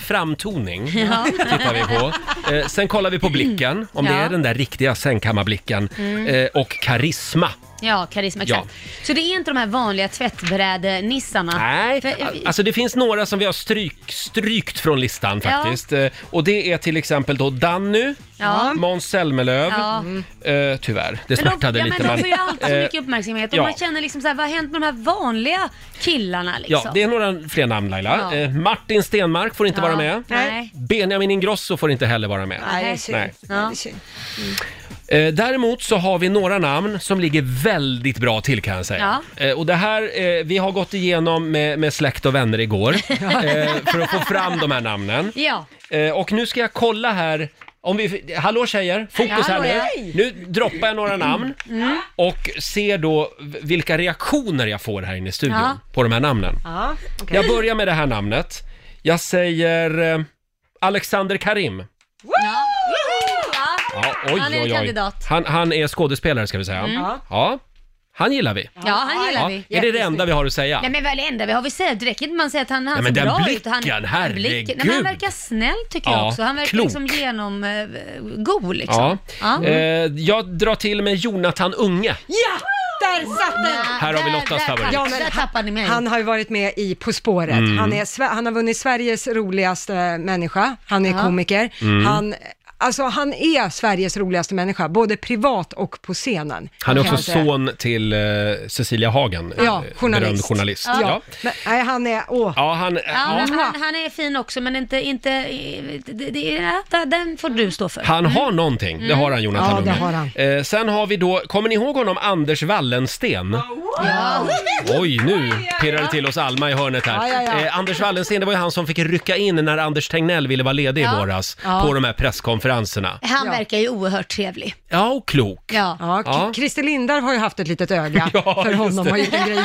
A: framtoning tittar vi på. Eh, sen kollar vi på blicken, om det
C: Ja. Mm.
A: är den där riktiga sängkammarblicken. Eh, och karisma.
C: Ja, karisma, exakt. Så det är inte de här vanliga tvättbrädenissarna?
A: Nej,
C: För-
A: alltså det finns några som vi har stryk, strykt från listan faktiskt. Eh, och det är till exempel då Danny,
C: Ja.
A: Måns Zelmerlöw.
C: Ja.
A: Eh, tyvärr, det
C: Men de,
A: smärtade
C: ja,
A: lite.
C: men de får ju
A: men,
C: alltid så
A: eh,
C: mycket uppmärksamhet och
A: ja.
C: man känner liksom så här, vad har hänt med de här vanliga killarna liksom?
A: Ja, det är några fler namn Laila.
C: Ja.
A: Eh, Martin Stenmark får inte
C: Ja,
A: vara med.
C: Nej.
A: Benjamin Ingrosso får inte heller vara med.
B: nej, det är synd.
A: Nej.
B: Det är synd.
A: Eh, däremot så har vi några namn som ligger väldigt bra till kan jag säga. Eh, och det här, eh, vi har gått igenom med, med släkt och vänner igår eh, för att få fram de här namnen.
C: Ja,
A: Eh, och nu ska jag kolla här. Om vi, hallå tjejer, fokus här
C: Hallå, Mm.
A: nu.
C: ja.
A: Nu droppar jag några namn och ser då v- vilka reaktioner jag får här inne i studion
C: Ja.
A: på de här namnen.
B: Ja, okej.
A: Jag börjar med det här namnet. Jag säger eh, Alexander Karim. Ja, oj,
C: Han är en
A: oj, oj.
C: kandidat.
A: Han, han är skådespelare ska vi säga.
B: Ja.
A: Ja, han gillar vi.
C: ja han gillar
A: Ja.
C: vi.
A: Är det det enda vi har att säga?
C: Nej men vad är det enda vi har vi sett? Det räcker inte man säger att han, han
A: Ja, men
C: ser
A: den
C: bra ut.
A: blicken,
C: och han,
A: herregud.
C: blicken. Nej, men han verkar snäll tycker
A: Ja,
C: jag också. Han verkar
A: klok.
C: liksom genom eh, god
A: Ja.
C: liksom. Ja.
A: Eh, jag drar till med Jonathan Unge.
B: ja, där satt den!
A: Här har vi Lottas
C: där,
A: favorit.
C: Där,
B: Ja,
C: ja,
B: men
C: där
B: han-
C: tappade ni mig.
B: Han har ju varit med i På spåret.
A: Mm.
B: Han, är, Sve- han har vunnit Sveriges roligaste människa. Han är komiker.
A: Mm.
B: Han, alltså, han är Sveriges roligaste människa, både privat och på scenen.
A: Han är
B: kan
A: också
B: jag säga.
A: son till eh, Cecilia Hagen, eh,
B: Ja, journalist.
A: berömd journalist.
B: Ja.
A: Ja.
B: Men, nej, han är... Åh.
A: Ja, han, eh,
C: ja,
A: ja.
C: men han, han är fin också men inte, inte det, det, ja, där- den får du stå för.
A: han har någonting, det har han Jonathan
B: Mm. Ja, det
A: Unge.
B: har han.
A: Eh, sen har vi då, kommer ni ihåg honom Anders Wallensten? Oj, nu pirrar det till oss Alma i hörnet här.
B: Ja, ja, ja.
A: Eh, Anders Wallensten, det var ju han som fick rycka in när Anders Tegnell ville vara ledig i
C: Ja.
A: våras
C: Ja.
A: på de här presskonferenserna.
C: Han
B: Ja.
C: verkar ju oerhört trevlig.
A: Ja, och klok.
C: Ja.
B: Ja,
A: Ja.
B: K- Christer Lindar har ju haft ett litet öga
A: Ja,
B: för
A: just
B: honom
A: det.
B: och gjort en grej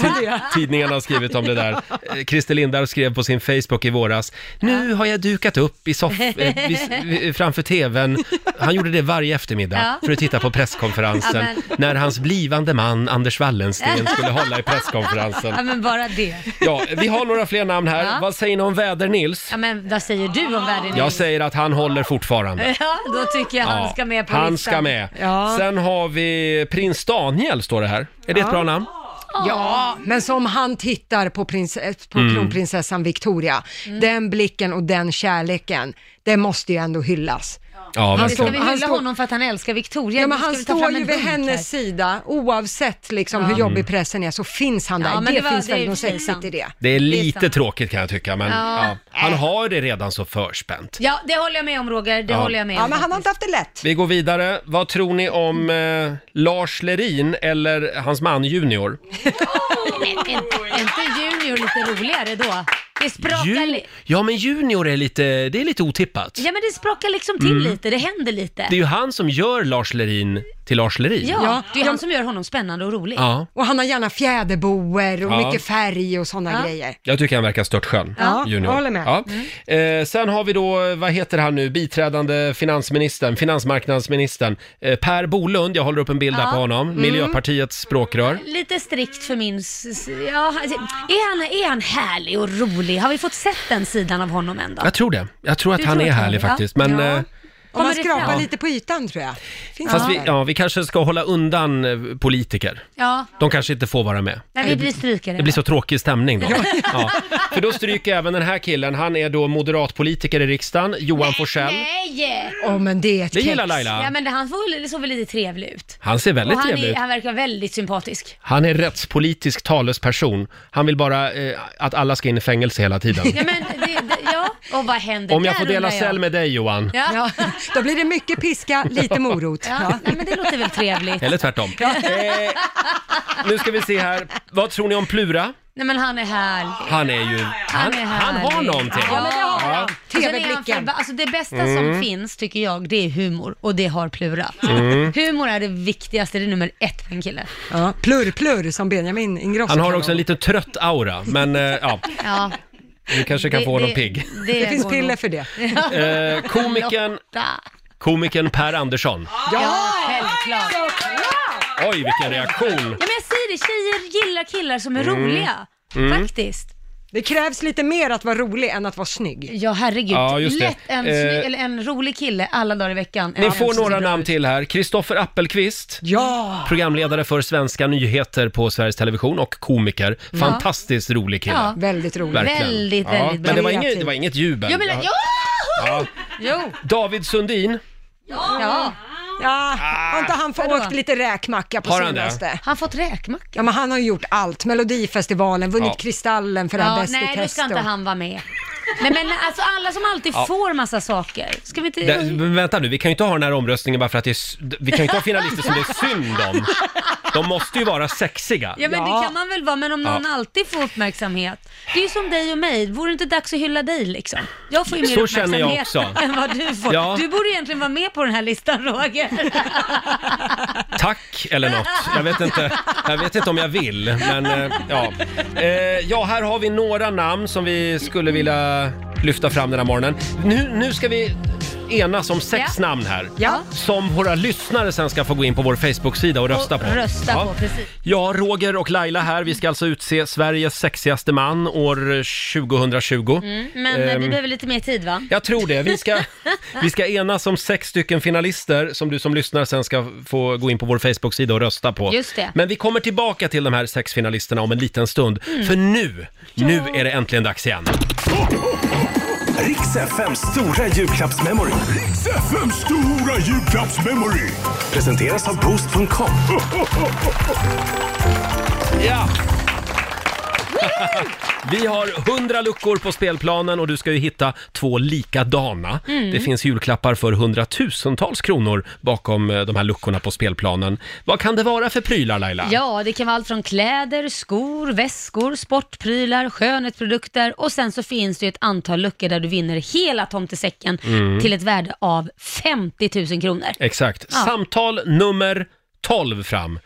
B: till det.
A: Tidningarna har skrivit om det där. Eh, Christer Lindar skrev på sin Facebook i våras. Nu har jag dukat upp i soff- eh, vis- vi- framför TVn. Han gjorde det varje eftermiddag
C: Ja.
A: för att titta på presskonferensen
C: Ja,
A: när hans blivande man Anders Wallensten skulle hålla i
C: Ja
A: presskonferensen.
C: men bara det.
A: Ja, vi har några fler namn här.
C: Ja.
A: Vad säger ni om Väder-Nils?
C: Ja men vad säger du om världen?
A: Jag säger att han håller fortfarande.
C: Ja, då tycker jag han
A: Ja,
C: ska med på
A: Han
C: listan.
A: ska med.
B: Ja.
A: Sen har vi prins Daniel, står det här. Är det ett bra namn?
B: Ja, men som han tittar på, prins, eh, på
A: Mm.
B: kronprinsessan Victoria, den blicken och den kärleken, det måste ju ändå hyllas.
A: Ja,
B: Han
C: Ska
A: verkligen.
C: vi
B: Han
C: hylla
B: står-
C: honom för att han älskar Victoria?
B: Ja,
C: Nu
B: men
C: ska
B: han
C: vi ta fram
B: står
C: en
B: ju vid
C: hunk här.
B: hennes sida, oavsett liksom hur jobbig pressen är, så finns han där.
C: Ja, men
B: det,
C: det var-
B: finns
C: det är
B: väl
C: ju
B: något
C: precis
B: sexigt
C: sant.
B: i det.
A: Det är lite
C: sant.
A: tråkigt kan jag tycka, men ja.
C: Ja.
A: han har det redan så förspänt.
C: Ja, det håller jag med om Roger. Det
A: Ja.
C: håller jag med
B: Ja,
C: om.
B: men han har inte haft det lätt.
A: Vi går vidare. Vad tror ni om eh, Lars Lerin eller hans man Junior?
C: Men, inte, inte Junior lite roligare då? Det sprakar, li-
A: ja, men Junior är lite, det är lite otippat.
C: ja, men det sprakar liksom till lite, det händer lite.
A: Mm. Det är ju han som gör Lars Lerin till Lars Lerin.
C: Ja,
B: Ja.
C: det är han som gör honom spännande och rolig.
A: Ja,
B: Och han har gärna fjäderboer och
A: Ja.
B: mycket färg och sådana grejer.
A: jag tycker han verkar störtskön.
B: Ja,
A: Junior.
B: jag håller med.
A: Ja. Eh, sen har vi då, vad heter han nu, biträdande finansministern, finansmarknadsministern, eh, Per Bolund, jag håller upp en bild här på honom, Miljöpartiets språkrör.
C: Lite strikt för min... s- s- Ja, alltså, är, han, är han härlig och rolig? Har vi fått sett den sidan av honom än då?
A: Jag tror det. Jag tror att
C: Du
A: han
C: tror
A: är
C: att han
A: härlig
C: är, ja.
A: faktiskt, men
B: Ja.
A: eh,
B: Om man
C: Kommer det
B: skrapar
C: fram?
B: lite på ytan tror jag. Finns
A: Fast
B: det
A: vi,
B: där?
A: ja, vi kanske ska hålla undan eh, politiker.
C: Ja,
A: De kanske inte får vara med.
C: Nej, vi blir strykare.
A: Det blir så tråkig stämning då. Ja. För då stryker även den här killen, han är då moderatpolitiker i riksdagen, Johan Forsell.
C: Nej!
B: Åh, men det är ett
A: Det gillar
B: kex.
A: Laila.
C: Ja, men det- han såg väl, såg väl lite trevlig ut.
A: Han ser väldigt
C: Och han,
A: trevlig
C: är,
A: ut.
C: han verkar väldigt sympatisk.
A: Han är rättspolitisk talesperson. Han vill bara eh, att alla ska in i fängelse hela tiden.
C: Ja, men det, det, ja. Och vad händer
A: Om jag
C: där,
A: får dela
C: undrar
A: cell med dig Johan,
C: Ja. Ja.
B: Ja, då blir det mycket piska, lite morot. Ja.
C: Nej, men det låter väl trevligt.
A: eller tvärtom. Eh, nu ska vi se här, vad tror ni om Plura?
C: Nej, men han är härlig.
A: Han är ju, han,
C: är
A: han har
C: härlig.
A: någonting.
C: Ja, men det har
B: Ja.
C: Och sen är han
B: TV-blicken.
C: för- Alltså det bästa
A: Mm.
C: som finns tycker jag, det är humor och det har Plura.
A: Mm.
C: Humor är det viktigaste, det är nummer ett för en kille.
B: Ja. Plurr, plurr som Benjamin Ingrosso
A: Han har
B: kallar
A: också en
B: honom.
A: liten trött aura, men eh, ja,
C: Ja,
A: vi kanske kan få honom pigg.
C: Det,
B: Det finns
C: går
B: piller
C: nog.
B: för det.
A: Eh, komikern,
C: Ja,
A: komikern Per Andersson.
C: ja, självklart.
A: Oj, vilken reaktion!
C: Ja, men jag säger det, tjejer gillar killar som är
A: Mm.
C: roliga. Faktiskt.
B: Det krävs lite mer att vara rolig än att vara snygg.
C: Ja, herregud.
A: Ja, just det.
C: Lätt en,
A: Eh,
C: snygg- eller en rolig kille alla dagar i veckan.
A: Ni
C: Ja,
A: får
C: som
A: några
C: ser bra
A: namn
C: ut.
A: till här. Kristoffer Appelqvist,
B: Ja!
A: programledare för Svenska nyheter på Sveriges Television och komiker. Fantastiskt rolig kille.
C: Ja.
B: Väldigt rolig.
A: Verkligen.
C: Väldigt, väldigt bra.
A: Men det var
B: Kreativ.
A: inget, det var inget jubel.
C: Jag menar,
A: Ja.
C: ja! Jo!
A: David Sundin,
C: Ja.
B: Ja, har inte han fått
C: Vadå?
B: åkt lite räkmacka på
A: Har han det?
B: senaste?
C: Han har fått räkmacka.
B: Ja, men han har ju gjort allt. Melodifestivalen, vunnit
A: Ja.
B: Kristallen för det här
C: Ja,
B: Bäst i
C: nej, då
B: test.
C: ska inte
B: och-
C: han vara med. Nej men alltså alla som alltid får massa saker. Ska vi inte...
A: Den, men vänta nu, vi kan ju inte ha den här omröstningen bara för att det är, s- vi kan ju inte ha finalister som det är synd om. De måste ju vara sexiga.
C: Ja men
B: Ja.
C: det kan man väl vara, men om någon alltid får uppmärksamhet. Det är ju som dig och mig, vore det inte dags att hylla dig liksom? Jag får ju mer
A: Så känner
C: uppmärksamhet
A: jag också.
C: än vad du får.
A: Ja.
C: Du borde egentligen vara med på den här listan Roger.
A: Tack eller något. Jag vet inte, jag vet inte om jag vill, men eh, ja. Eh, Ja, här har vi några namn som vi skulle vilja lyfta fram den här morgonen. Nu, nu ska vi enas om sex
C: Ja.
A: namn här.
B: Ja.
A: Som våra lyssnare sen ska få gå in på vår Facebook-sida och rösta på.
C: Rösta
A: ja.
C: på, precis.
A: Ja, Roger och Laila här. Vi ska alltså utse Sveriges sexigaste man år 2020.
C: Men eh,
A: Ehm.
C: vi behöver lite mer tid va?
A: Jag tror det. Vi ska, vi ska enas om sex stycken finalister som du som lyssnar sen ska få gå in på vår Facebook-sida och rösta på.
C: Just det.
A: Men vi kommer tillbaka till de här sex finalisterna om en liten stund.
C: Mm.
A: För nu, nu är det äntligen dags igen.
G: Riks FMs stora julklappsmemory. Riks FMs stora julklappsmemory. Presenteras av Boost.com.
A: Ja! Vi har 100 luckor på spelplanen och du ska ju hitta två likadana.
C: Mm.
A: Det finns julklappar för hundratusentals kronor bakom eh, de här luckorna på spelplanen. Vad kan det vara för prylar Laila?
C: Ja, det kan vara allt från kläder, skor, väskor, sportprylar, skönhetsprodukter och sen så finns det ju ett antal luckor där du vinner hela tomtesäcken
A: Mm.
C: till ett värde av 50 000 kronor.
A: Exakt. Samtal nummer 12 fram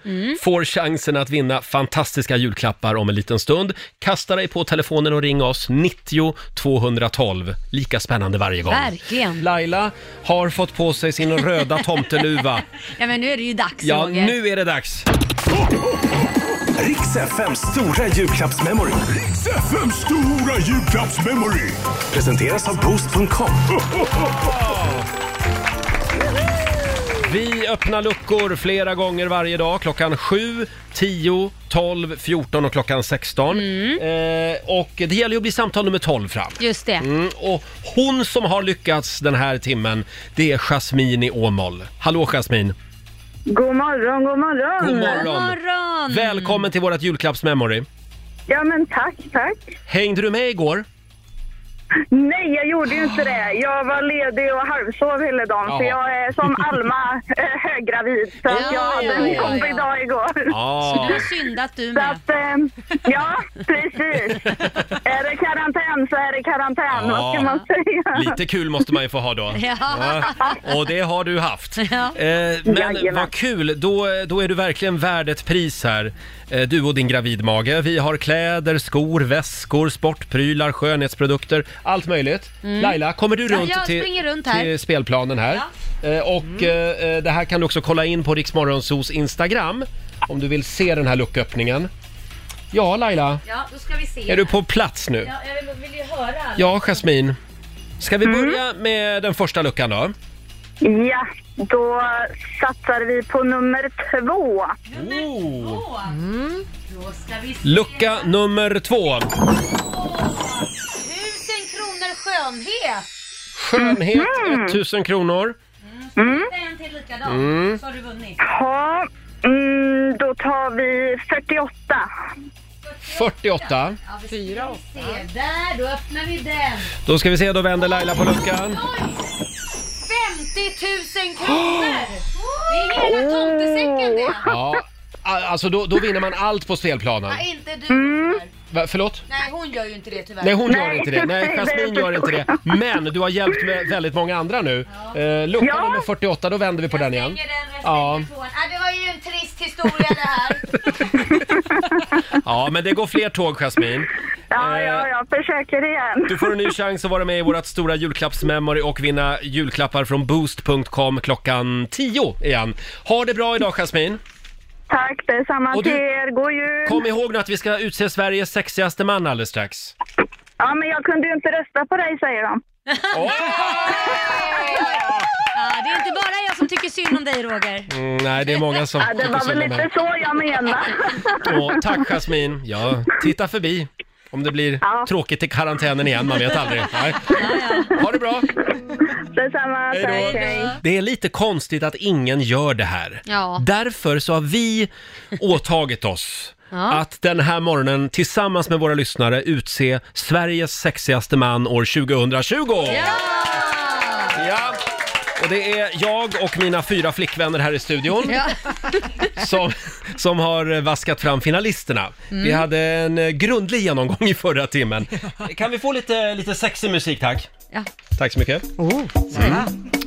A: får chansen att vinna fantastiska julklappar om en liten stund. Kasta dig på telefonen och ring oss, 90 212. Lika spännande varje gång.
C: Verkligen.
A: Laila har fått på sig sin röda tomteluva.
C: Ja, men nu är det ju dags
A: Ja,
C: Roger.
A: nu är det dags.
G: Riks FMs stora julklappsmemory. Riks FMs stora julklappsmemory. Presenteras av Boost.com.
A: Vi öppnar luckor flera gånger varje dag. Klockan 7, 10, 12, 14 och klockan 16. Eh, och det gäller ju att bli samtal nummer 12 fram.
C: Just det.
A: Mm, och hon som har lyckats den här timmen, det är Jasmine i Åmål. Hallå Jasmine!
F: God morgon, god morgon.
A: God
C: God
A: morgon!
C: morgon!
A: Välkommen till vårt julklappsmemory.
F: Ja, men tack, tack.
A: Hängde du med igår?
F: Nej, jag gjorde ju inte det. Jag var ledig och halvsov hela dagen.
A: Jaha.
F: För jag är som Alma eh, höggravid. Så att
C: Ja,
F: jag hade
C: ja,
F: en
C: ja,
F: jobbig
C: ja.
F: dag igår.
A: Ja,
C: Du har syndat du
F: Så
C: med.
F: att, ehm, ja, precis. är det karantän så är det karantän. Vad
A: Ja.
F: ska man säga?
A: lite kul måste man ju få ha då.
C: Ja.
A: Och det har du haft.
C: Ja.
A: Eh, men
F: Jajamän.
A: vad kul, då, då är du verkligen värd ett pris här. Eh, du och din gravidmage. Vi har kläder, skor, väskor, sportprylar, skönhetsprodukter, allt möjligt. Laila, kommer du runt,
C: Mm. jag
A: till,
C: springer runt här. Mm.
A: till spelplanen här? Eh, och eh, eh, det här kan du också kolla in på Riksmorgonsos Instagram om du vill se den här lucköppningen. Ja, Laila,
C: Ja, då ska vi se.
A: är du på plats nu?
C: Ja, jag vill, vill ju höra. alla.
A: Ja, Jasmin. Ska vi
F: Mm.
A: börja med den första luckan då?
F: Ja, då satsar vi på nummer två.
A: Oh.
C: Åh. Då ska vi se.
A: Lucka nummer två.
C: Tusen kronor skönhet!
A: Skönhet,
F: Mm.
A: 1000 kronor.
C: Hitta en till likadan,
A: Mm.
C: så har du vunnit.
F: Ja, mm, då tar vi 48.
A: 48.
C: Fyra och se där, då öppnar vi den.
A: Då ska vi se, då vänder Laila på luckan.
C: Oj! 50 000 kronor! Det är hela tomtesäcken det.
A: Ja, a- alltså då, då vinner man allt på spelplanen.
C: Nej, inte du. Roger.
A: Va, förlåt?
C: Nej, hon gör ju inte det tyvärr.
A: Nej, hon
F: Nej,
A: gör inte det. Nej,
F: nej,
A: Jasmine
F: det
A: gör inte det. Men du har hjälpt med väldigt många andra nu. Eh, lucka
F: Ja.
A: nummer 48, då vänder vi på den igen. Ja.
C: det var ju en trist historia det här.
A: ja, men det går fler tåg, Jasmine.
F: Ja, ja, jag försöker igen.
A: Eh, Du får en ny chans att vara med i vårt stora julklappsmemory och vinna julklappar från boost.com klockan 10 igen. Ha det bra idag, Jasmine.
F: Tack detsamma
A: Och
F: till
A: du-
F: er. God jul!
A: Kom ihåg nu att vi ska utse Sveriges sexigaste man alldeles strax.
F: Ja, men jag kunde ju inte rösta på dig, säger de.
A: Åh!
C: Ja, det är inte bara jag som tycker synd om dig Roger.
A: Mm, nej, det är många som
F: Ja, det
A: tycker
F: var
A: synd
F: väl
A: om mig.
F: inte så jag menade.
A: Åh, Tack Jasmine. Ja, titta förbi. Om det blir
F: Ja.
A: tråkigt i karantänen igen, man vet aldrig. Nej. Ha det bra!
F: Detsamma,
A: Hej då.
F: tack. Hej.
A: Det är lite konstigt att ingen gör det här.
C: Ja.
A: Därför så har vi åtagit oss
C: Ja.
A: att den här morgonen tillsammans med våra lyssnare utse Sveriges sexigaste man år 2020! Ja. Och det är jag och mina fyra flickvänner här i studion som, som har vaskat fram finalisterna. Vi
C: Mm.
A: hade en eh, grundlig genomgång i förra timmen. Kan vi få lite, lite sexig musik tack?
C: Ja.
A: Tack så mycket. Mm.
B: Oh,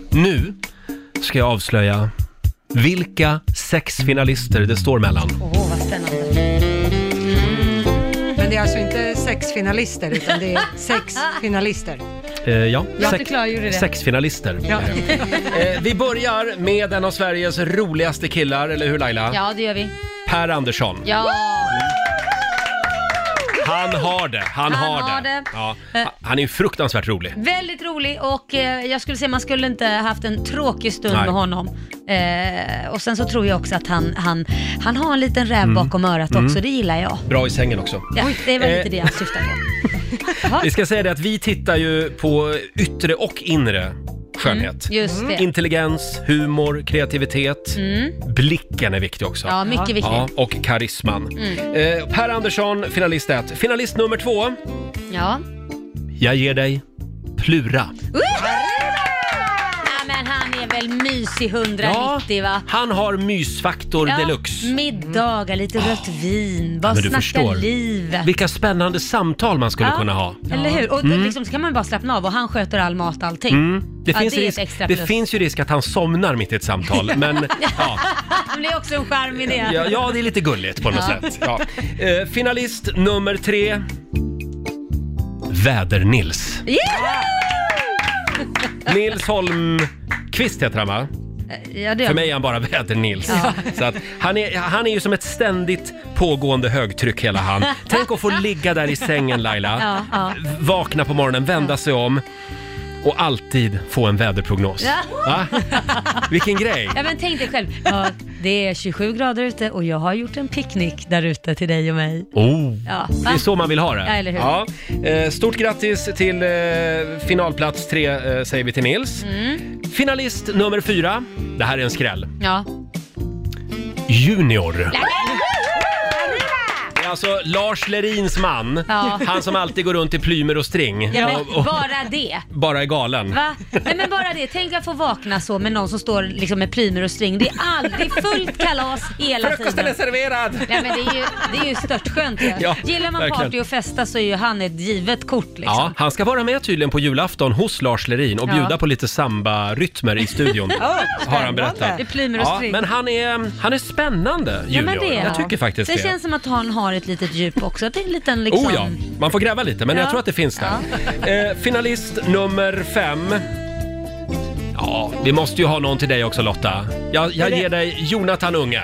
A: Nu ska jag avslöja vilka sex finalister det står mellan.
C: Åh, vad spännande.
B: Men det är alltså inte sex finalister, utan det är sex finalister.
A: Eh, ja,
C: Ja, du klargjorde det.
A: sex finalister. Eh, vi börjar med en av Sveriges roligaste killar, eller hur Laila?
C: Ja, det gör vi.
A: Per Andersson.
C: Ja.
A: Han har det, han,
C: Han
A: har,
C: har
A: det.
C: det.
A: Ja.
C: Eh.
A: Han är ju fruktansvärt rolig.
C: Väldigt rolig och eh, jag skulle säga man skulle inte haft en tråkig stund
A: Nej.
C: med honom. Eh, och sen så tror jag också att han, han, han har en liten räv
A: Mm.
C: bakom örat också, det gillar jag.
A: Bra i sängen också.
C: Ja, det är väl lite
A: Eh.
C: det han syftar på.
A: Vi ska säga det att vi tittar ju på yttre och inre skönhet.
C: Mm, Just det. Mm.
A: Intelligens, humor, kreativitet. Blicken är viktig också.
C: Ja, mycket Mm. viktigt.
A: Ja,
C: Ja.
A: och karisman. Eh, per Andersson, finalist ett. Finalist nummer två. Jag ger dig Plura.
C: Ja, men han är väl mysig 190 va?
A: han har mysfaktor
C: Ja,
A: deluxe. Ah.
C: Middagar, lite rött vin, bara
A: Men du
C: snacka
A: förstår.
C: livet.
A: Vilka spännande samtal man skulle
C: Ja,
A: kunna ha. Mm.
C: Eller hur? Och liksom, så kan man bara slappna av och han sköter all mat allting.
A: Det,
C: Ja,
A: finns,
C: det är ett
A: risk,
C: extra
A: det
C: plus.
A: finns ju risk att han somnar mitt i ett samtal, men ja,
C: Men det är också en charm i det.
A: ja, ja, det är lite gulligt på något
C: Ja.
A: sätt. Ja. Eh, finalist nummer tre. Väder-Nils.
C: Yeah!
A: Nils Holmqvist heter han va?
C: Ja, det gör
A: För
C: man.
A: mig är han bara väder-Nils. Så att han, är, han är ju som ett ständigt pågående högtryck hela han. Tänk att få ligga där i sängen Laila,
C: Ja, ja.
A: vakna på morgonen, vända sig om och alltid få en väderprognos.
C: Ja.
A: Va? Vilken grej!
C: Ja men tänk dig själv, ja, det är 27 grader ute och jag har gjort en picknick där ute till dig och mig.
A: Oh.
C: Ja,
A: Det är
C: va?
A: så man vill ha det.
C: Ja, eller hur?
A: Ja. Eh, Stort grattis till eh, finalplats tre eh, säger vi till Nils.
C: Mm.
A: Finalist nummer fyra, det här är en skräll.
C: ja.
A: Junior. Det är alltså Lars Lerins man.
C: Ja.
A: Han som alltid går runt i plymer och string.
C: ja
A: Och,
C: men
A: och
C: bara det.
A: bara är galen.
C: Va? Nej men bara det, tänk att få vakna så med någon som står liksom med plymer och string. Det är aldrig fullt kalas hela
A: Frukosten är
C: tiden.
A: serverad!
C: Ja, men det är ju, det är ju störtskönt ju.
A: Ja,
C: Gillar man
A: verkligen.
C: party och festa så är ju han ett givet kort liksom.
A: Ja, han ska vara med tydligen på julafton hos Lars Lerin och
C: Ja.
A: bjuda på lite samba-rytmer i studion. har han berättat.
C: Det är plymer och string.
A: men han är, han är spännande, Junior.
C: det är
A: Jag
C: han.
A: tycker faktiskt det.
C: Det känns som att han har ett litet djup också. Att det är en liten liksom...
A: Oh ja, man får gräva lite, men
C: Ja.
A: jag tror att det finns där. Eh, finalist nummer fem. Ja, vi måste ju ha någon till dig också Lotta. Jag, jag ger dig Jonathan Unge.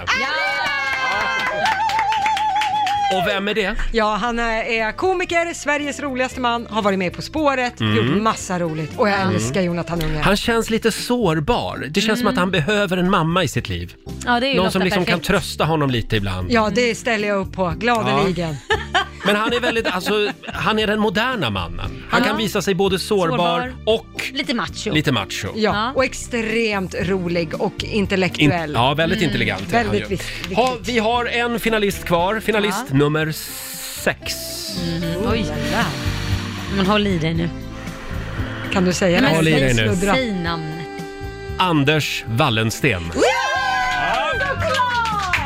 A: Och vem är det?
B: Ja, han är- är komiker, Sveriges roligaste man, har varit med På spåret, gjort massa roligt och jag älskar Jonathan Unge.
A: Mm. Han känns lite sårbar. Det känns som att han behöver en mamma i sitt liv.
C: ja, Mm. det är ju
A: Någon
C: Lotta
A: som liksom kan
C: perfekt.
A: trösta honom lite ibland.
B: Ja, det ställer jag upp på, gladeligen.
A: Men han är väldigt, alltså, han är den moderna mannen. Han
C: Ja.
A: kan visa sig både sårbar,
C: Sårbar.
A: och
C: Lite macho.
A: lite macho.
B: Ja,
C: Ja.
B: och extremt rolig och
A: In,
B: intellektuell.
A: ja, väldigt
C: Mm.
A: intelligent är han
B: Väldigt
A: ju.
B: vis-
A: ha, Vi har en finalist kvar, finalist nummer sex.
C: Oj, jävlar. Men håll i dig nu.
B: Kan du säga det?
A: men Håll i dig nu.
B: Snuddra.
C: Säg namnet.
A: Anders Wallensten.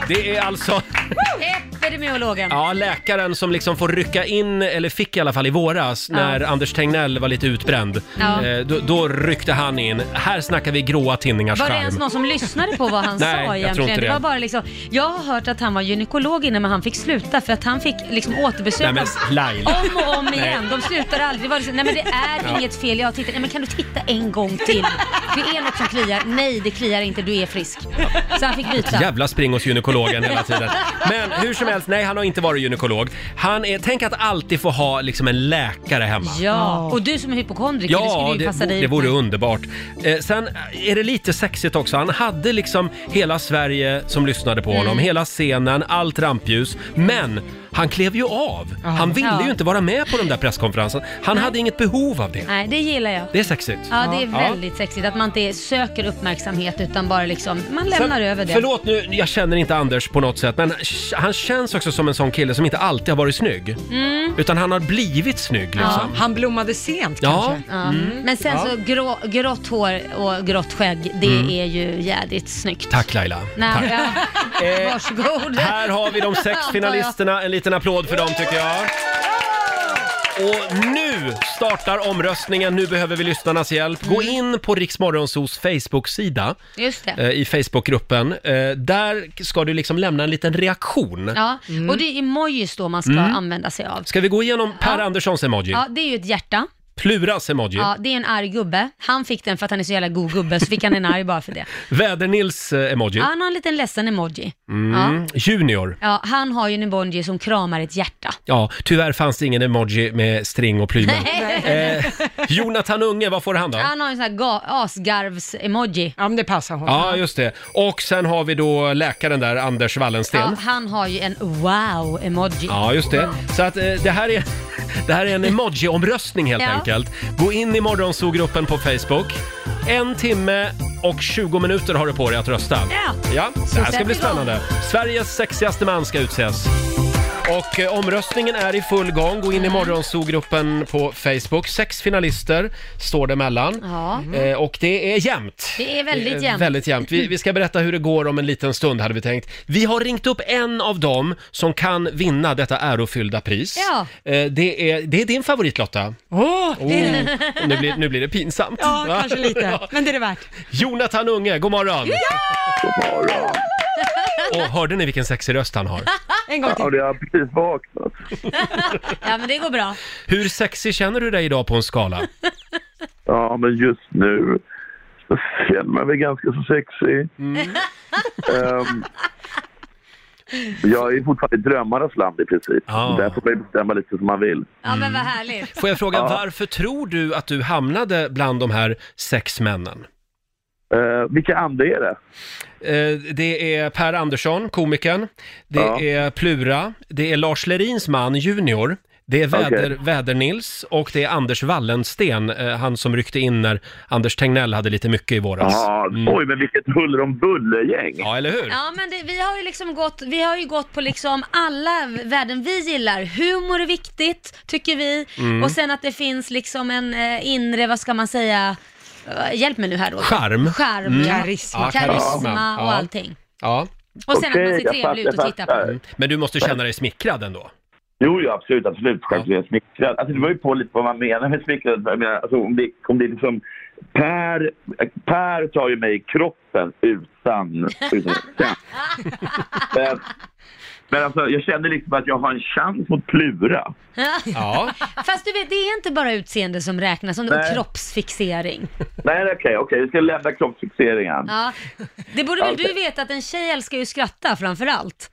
A: Det är alltså
C: Peppe är det med urologen?
A: Ja, läkaren som liksom får rycka in, eller fick i alla fall i våras, när Anders Tegnell var lite utbränd.
C: Ja.
A: Eh, då, då ryckte han in. Här snackar vi gråa tinningars
C: Var det
A: charm.
C: ens någon som lyssnade på vad han
A: Nej, jag
C: sa
A: tror
C: egentligen?
A: inte
C: det.
A: det.
C: var bara liksom, jag har hört att han var gynekolog innan men han fick sluta för att han fick liksom återbesöka
A: Nej men Laila.
C: om och om igen. De slutar aldrig. Det var liksom, nej men det är inget fel. Jag tittar. Nej men kan du titta en gång till? Det är något som kliar. Nej det kliar inte, du är frisk. Så han fick byta.
A: Jävla spring hos gynekologen hela tiden. Men hur som helst, nej han har inte varit gynekolog. Han är, tänk att alltid få ha liksom en läkare hemma.
C: Ja, och du som är hypokondriker, det
A: Ja,
C: skulle ju
A: det,
C: passa
A: vo-
C: liksom dig
A: det vore
C: utmärkt.
A: underbart. Eh, sen är det lite sexigt också. Han hade liksom hela Sverige som lyssnade på
C: Mm.
A: honom, hela scenen, allt rampljus. Men han klev ju av. Han ville
C: Ja.
A: ju inte vara med på den där presskonferensen. Han hade inget behov av det.
C: Nej, det gillar jag.
A: Det är sexigt.
C: Ja, det är
A: Ja.
C: väldigt sexigt att man inte söker uppmärksamhet utan bara liksom, man lämnar
A: Sen-
C: över det.
A: Förlåt nu, jag känner inte Anders på något sätt, men han känns också som en sån kille som inte alltid har varit snygg.
C: Mm.
A: Utan han har blivit snygg liksom.
B: Han blommade sent
A: Ja.
B: kanske.
C: Ja.
A: Mm.
C: Men sen så grå, grått hår och grått skägg, det är ju jädrigt snyggt.
A: Mm. Tack Laila.
C: Nej,
A: Tack.
C: ja.
A: Eh,
C: Varsågod.
A: Här har vi de sex
C: Antar jag.
A: finalisterna. En liten applåd för dem tycker jag. Och nu startar omröstningen. Nu behöver vi lyssnarnas hjälp. Gå
C: Mm.
A: in på Riksmorgonsos Facebook-sida
C: Just det.
A: eh, i Facebookgruppen. Eh, Där ska du liksom lämna en liten reaktion.
C: Ja, och det är emojis då man ska
A: Mm.
C: använda sig av.
A: Ska vi gå igenom Per Anderssons emoji?
C: Ja, det är ju ett hjärta.
A: Pluras emoji?
C: Ja, det är en arg gubbe. Han fick den för att han är så jävla god gubbe, så fick han en arg bara för det.
A: Väder-Nils eh, emoji?
C: Ja, Han har en liten ledsen emoji.
A: Mm. Junior?
C: Ja, han har ju en emoji som kramar ett hjärta.
A: Ja, tyvärr fanns det ingen emoji med string och plymen. Eh, Jonathan Unge, vad får han då?
C: Han har en sån här ga- asgarvs-emoji.
B: Ja, men det passar honom.
A: Ja, just det. Och sen har vi då läkaren där, Anders
C: Ja,
A: Wallensten.
C: han har ju en wow-emoji.
A: Ja, just det. Så att eh, det här är... Det här är en emoji-omröstning helt
C: Ja.
A: enkelt. Gå in i morgonsogruppen på Facebook. En timme och 20 minuter har du på dig att rösta.
C: Ja.
A: ja det här ska
C: sätt
A: bli
C: igång.
A: spännande. Sveriges sexigaste man ska utses. Och eh, omröstningen är i full gång. Gå
C: Mm.
A: in i morgonsogruppen på Facebook. Sex finalister står det mellan.
C: Ja.
A: Eh, och det är jämnt.
C: Det är väldigt
A: Det är
C: jämnt.
A: Eh, Väldigt jämnt. Vi, vi ska berätta hur det går om en liten stund hade vi tänkt. Vi har ringt upp en av dem som kan vinna detta ärofyllda pris.
C: Ja.
A: Eh, det, är, det är din favorit Lotta.
B: Åh, det är det.
A: Oh, nu, blir, nu blir det pinsamt.
B: Ja,
A: Va?
B: kanske lite. Men det är det värt.
A: Jonathan Unge, god morgon!
H: morgon.
A: Och hörde ni vilken sexig röst han har?
B: En gång
H: Ja,
B: till.
H: det har precis vaknat.
C: ja, men det går bra.
A: Hur sexig känner du dig idag på en skala?
H: Ja, men just nu så känner man väl ganska så sexig.
C: Mm.
H: Ehm, jag är fortfarande i drömmarnas land i princip.
A: Ah.
H: Där får man bestämma lite som man vill.
C: Ja, men vad härligt.
A: Får jag fråga, varför tror du att du hamnade bland de här sex männen?
H: Eh, vilka andra är det?
A: Eh, Det är Per Andersson, komikern. Det
H: Ja.
A: är Plura. Det är Lars Lerins man, Junior. Det är väder,
H: Okej.
A: Väder-Nils och det är Anders Wallensten, eh, han som ryckte in när Anders Tegnell hade lite mycket i våras.
H: Ja, Oj, men vilket huller om buller-gäng.
A: Ja, eller hur?
C: Mm. Ja, men det, vi har ju liksom gått, vi har ju gått på liksom alla värden vi gillar. Humor är viktigt, tycker vi.
A: Mm.
C: Och sen att det finns liksom en eh, inre, vad ska man säga, Eh, hjälp mig nu här då.
A: Charm. Mm.
C: Skärm,
B: Karisma.
A: Ja, karisma.
C: karisma och
A: Ja.
C: allting.
A: Ja.
C: Och sen att man
H: Okej,
C: ser
H: jag
C: trevlig ut
H: fattar,
C: att
H: jag
C: titta på.
H: fattar.
A: Men du måste känna dig smickrad ändå.
H: Jo, ja, absolut, absolut. Självklart är jag smickrad. Alltså, det beror ju på lite vad man menar med smickrad. Jag menar, alltså, om, det, om det är liksom... Per, per tar ju mig i kroppen utan... utan men, men alltså, jag känner liksom att jag har en chans mot Plura.
A: Ja,
C: Fast du vet, det är inte bara utseende som räknas, som och
H: Nej.
C: kroppsfixering.
H: Nej, nej, okej, okej. Vi ska lämna kroppsfixeringen. Ja.
C: Ja. Det borde väl du
H: Okej.
C: veta att en tjej älskar ju skratta framför allt.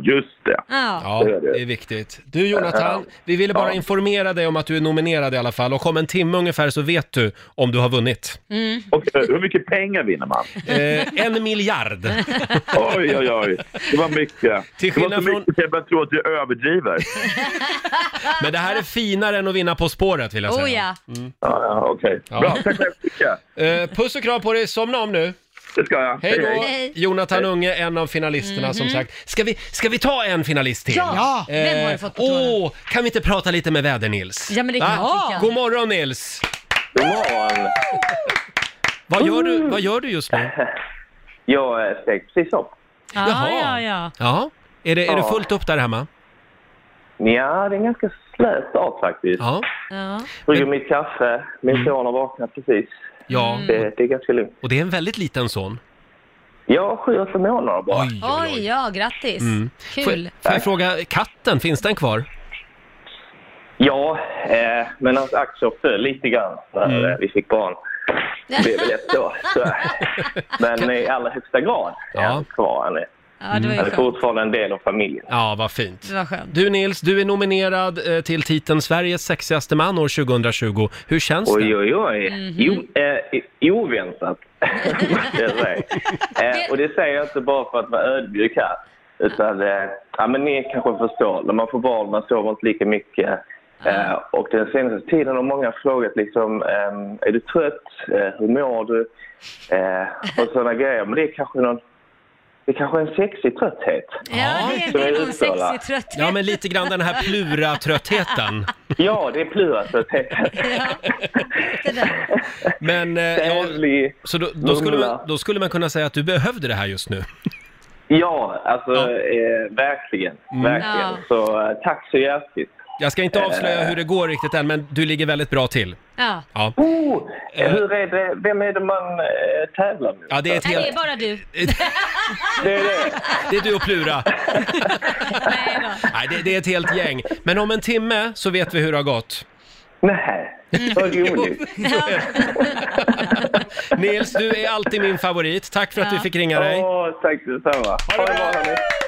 H: just det.
C: Ja.
A: ja, det är viktigt. Du Jonathan, vi ville bara
H: Ja.
A: informera dig om att du är nominerad i alla fall och om en timme ungefär så vet du om du har vunnit.
H: Okej, hur mycket pengar vinner man?
A: Eh, en miljard!
H: Oj, oj, oj. Det var mycket.
A: Till
H: Det var så
A: skillnad från-
H: mycket att jag började tro att du överdriver.
A: Men det här är finare än att vinna På spåret vill jag säga.
C: Oh ja.
H: Ja, ja, okej. Bra, tack så hemskt mycket.
A: Eh, puss och kram på dig, somna om nu.
H: Det ska jag.
A: Hej då!
C: Hej. Mhm.
A: Jonathan Unge, en av finalisterna som sagt. Ska vi, ska vi ta en finalist till? Eh,
C: Ja. Ja. Vem har du fått på tråden?
A: Åh, kan vi inte prata lite med väder-Nils?
C: Ja, men det är klart vi kan.
A: God morgon Nils!
H: God morgon.
A: Vad gör du, vad gör du just nu?
H: Jag är precis upp.
C: Ja, ja,
A: Jaha.
C: ja.
A: Ja, Är det, är det
I: Ja.
A: fullt upp där hemma?
I: Ja, det är en ganska slät start faktiskt.
A: Ja.
C: Ja.
I: Brygger mitt kaffe, min son har vaknat precis.
A: Ja,
C: Mm.
I: Det, det är ganska lugnt.
A: och det är en väldigt liten son.
I: Ja, sju, åtta månader bara.
A: Oj, oj,
C: Oj,
A: oj.
C: ja, grattis.
A: Får,
C: Kul.
A: får jag fråga, katten, finns den kvar?
I: Ja, eh, men hans aktier föll lite grann när
A: Mm.
I: eh, vi fick barn. Det blev väl ett år. Så. Men i allra högsta grad är
A: Ja.
I: han kvar. Han är,
C: Ja, det var ju
A: Mm.
I: han är
C: skönt.
I: fortfarande en del av familjen.
A: Ja, vad fint.
C: Det var skönt.
A: Du Nils, du är nominerad eh, till titeln Sveriges sexigaste man år 2020. Hur känns det?
I: Oj, oj, oj. Jo, eh, i- oväntat, måste jag säga. Eh, och det säger jag inte bara för att vara ödmjuk här. Utan, eh, ja, men ni kanske förstår. När man får barn, man sover inte lika mycket. Eh, och den senaste tiden har många frågat liksom, ehm, är du trött? Eh, hur mår du? Eh, och sådana grejer. Men det är kanske någon, det är kanske en sexig trötthet.
C: Ja, det är, det är nog en sexig trötthet.
A: Ja, men lite grann den här plura-tröttheten.
I: Ja, det är pluratrötthet.
C: Ja, det där.
A: Men eh, ja,
I: Tävlig.
A: så då, då, skulle
I: mumla.
A: man, då skulle man kunna säga att du behövde det här just nu.
I: Ja, alltså
A: Ja. Mm.
I: Eh, verkligen. verkligen.
C: Ja.
I: Så eh, tack så hjärtligt.
A: Jag ska inte avslöja hur det går riktigt än, men du ligger väldigt bra till.
C: Ja.
A: Ja,
I: Oh, eh, hur är det, vem är det man eh, tävlar mot?
A: ja det, är ett
C: Nej, det är
A: helt,
C: bara du.
I: Det är det.
A: det är du och plura.
C: Nej då.
A: Nej, det, det är ett helt gäng. Men om en timme så vet vi hur det har gått.
I: Nej,
A: Mm.
I: vad roligt.
A: Nils, du är alltid min favorit. Tack för att vi fick ringa dig.
I: Åh, tack detsamma.
A: Ha det bra.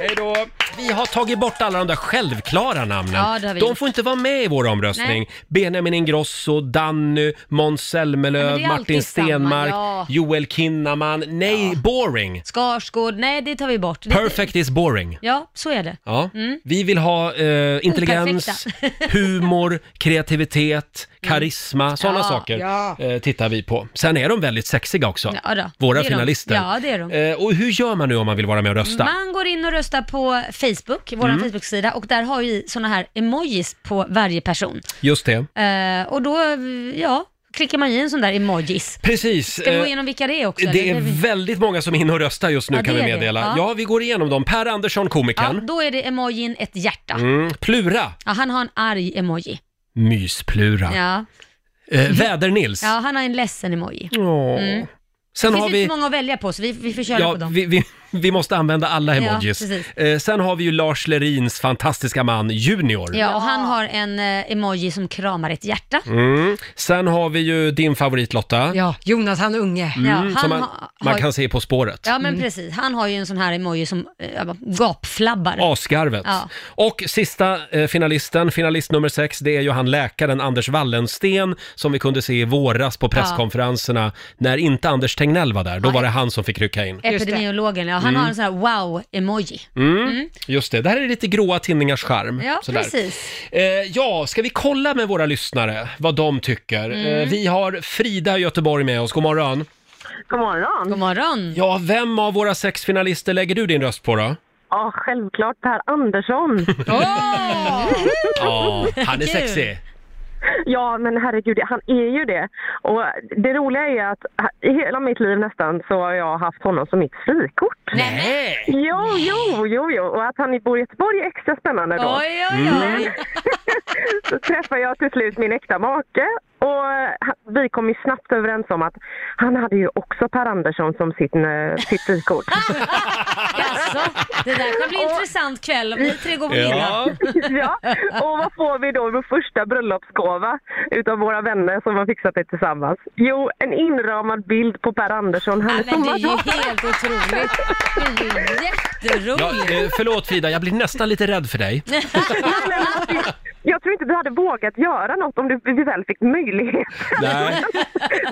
A: Hej då! Vi har tagit bort alla de där självklara namnen.
C: Ja, det har vi
A: de
C: gjort.
A: får inte vara med i vår omröstning.
C: Nej.
A: Benjamin Ingrosso, Danny, Måns
C: Ja, men
A: Zelmerlöw,
C: det är
A: Martin
C: alltid samma,
A: Stenmarck,
C: ja.
A: Joel Kinnaman. Nej, boring!
C: Skarsgård, nej det tar vi bort. Det-
A: Perfect is boring.
C: Ja, så är det.
A: Ja.
C: Mm.
A: Vi vill ha eh, intelligens, humor, kreativitet, karisma,
C: Mm.
A: sådana
C: Ja.
A: saker
B: Ja.
A: eh, tittar vi på. Sen är de väldigt sexiga också,
C: Ja då,
A: våra
C: det är de.
A: finalister.
C: Ja, det är de. Mm.
A: Eh, och hur gör man nu om man vill vara med och rösta?
C: Man går in och röstar på Facebook, vår
A: Mm.
C: Facebook-sida, och där har vi såna här emojis på varje person.
A: Just det.
C: Eh, och då, ja, klickar man i en sån där emojis.
A: Precis.
C: Ska vi
A: eh,
C: gå igenom vilka det är också?
A: Det är
C: eller?
A: väldigt många som är inne och röstar just nu
C: Ja,
A: kan
C: det
A: vi
C: är det.
A: meddela. Ja.
C: Ja.
A: vi går igenom dem. Per Andersson,
C: ja,
A: komikern.
C: då är det emojin ett hjärta.
A: Mm, plura,
C: Ja, han har en arg emoji.
A: mysplura.
C: Ja.
A: Eh, Väder-Nils.
C: ja, han har en ledsen emoji.
A: Åh. Sen
C: Det
A: har
C: finns
A: vi...
C: inte så många att välja på, så vi, vi får köra
A: Ja,
C: på dem.
A: vi, vi, vi måste använda alla emojis.
C: precis.
A: eh, sen har vi ju Lars Lerins fantastiska man Junior.
C: Ja, och han har en eh, emoji som kramar ett hjärta.
A: Mm. Sen har vi ju din favorit Lotta,
B: Ja, Jonas han unge.
C: Ja,
A: mm, som
C: han
A: man,
C: ha-
A: man
C: har-
A: kan se På spåret.
C: Ja, men precis. Han har ju en sån här emoji som äh, gapflabbar.
A: Asgarvet.
C: Ja.
A: Och sista eh, finalisten, finalist nummer sex, det är ju han läkaren Anders Wallensten som vi kunde se i våras på presskonferenserna när inte Anders Tegnell var där. Då var det han som fick rycka in.
B: Just det.
C: Epidemiologen, ja. Han har en sån här wow-emoji.
A: Just det, det här är lite gråa tinningars charm.
C: Ja,
A: Sådär.
C: precis.
A: Eh, ja, ska vi kolla med våra lyssnare vad de tycker?
C: Mm.
A: Eh, vi har Frida i Göteborg med oss, god morgon.
F: God morgon.
C: God morgon.
A: Ja, vem av våra sex finalister lägger du din röst på då?
F: Ja, självklart Per Andersson.
C: Åh!
A: Ja, han är
C: Kul.
A: sexig.
F: Ja, men herregud, han är ju det. Och det roliga är att i hela mitt liv nästan så har jag haft honom som mitt frikort.
A: Nej.
F: Jo, jo, jo, jo. Och att han bor i Göteborg är extra spännande då.
C: Oj, oj, oj.
F: Så träffade jag till slut min äkta make och han- vi kom ju snabbt överens om att han hade ju också Per Andersson som sin, eh, sitt frikort.
C: Jaså, det där kan bli en intressant kväll om ni tre går på middag.
A: Ja.
F: ja. Och vad får vi då vår första bröllopsgåva utav våra vänner som har fixat det tillsammans? Jo, en inramad bild på Per Andersson. Han är
C: Nej, men det är
F: sommardag.
C: ju helt otroligt. Det är ju
A: Ja,
C: jätteroligt.
A: eh, förlåt Frida, jag blir nästan lite rädd för dig.
F: Jag tror inte du hade vågat göra något om du vi väl fick möjlighet.
A: Nej.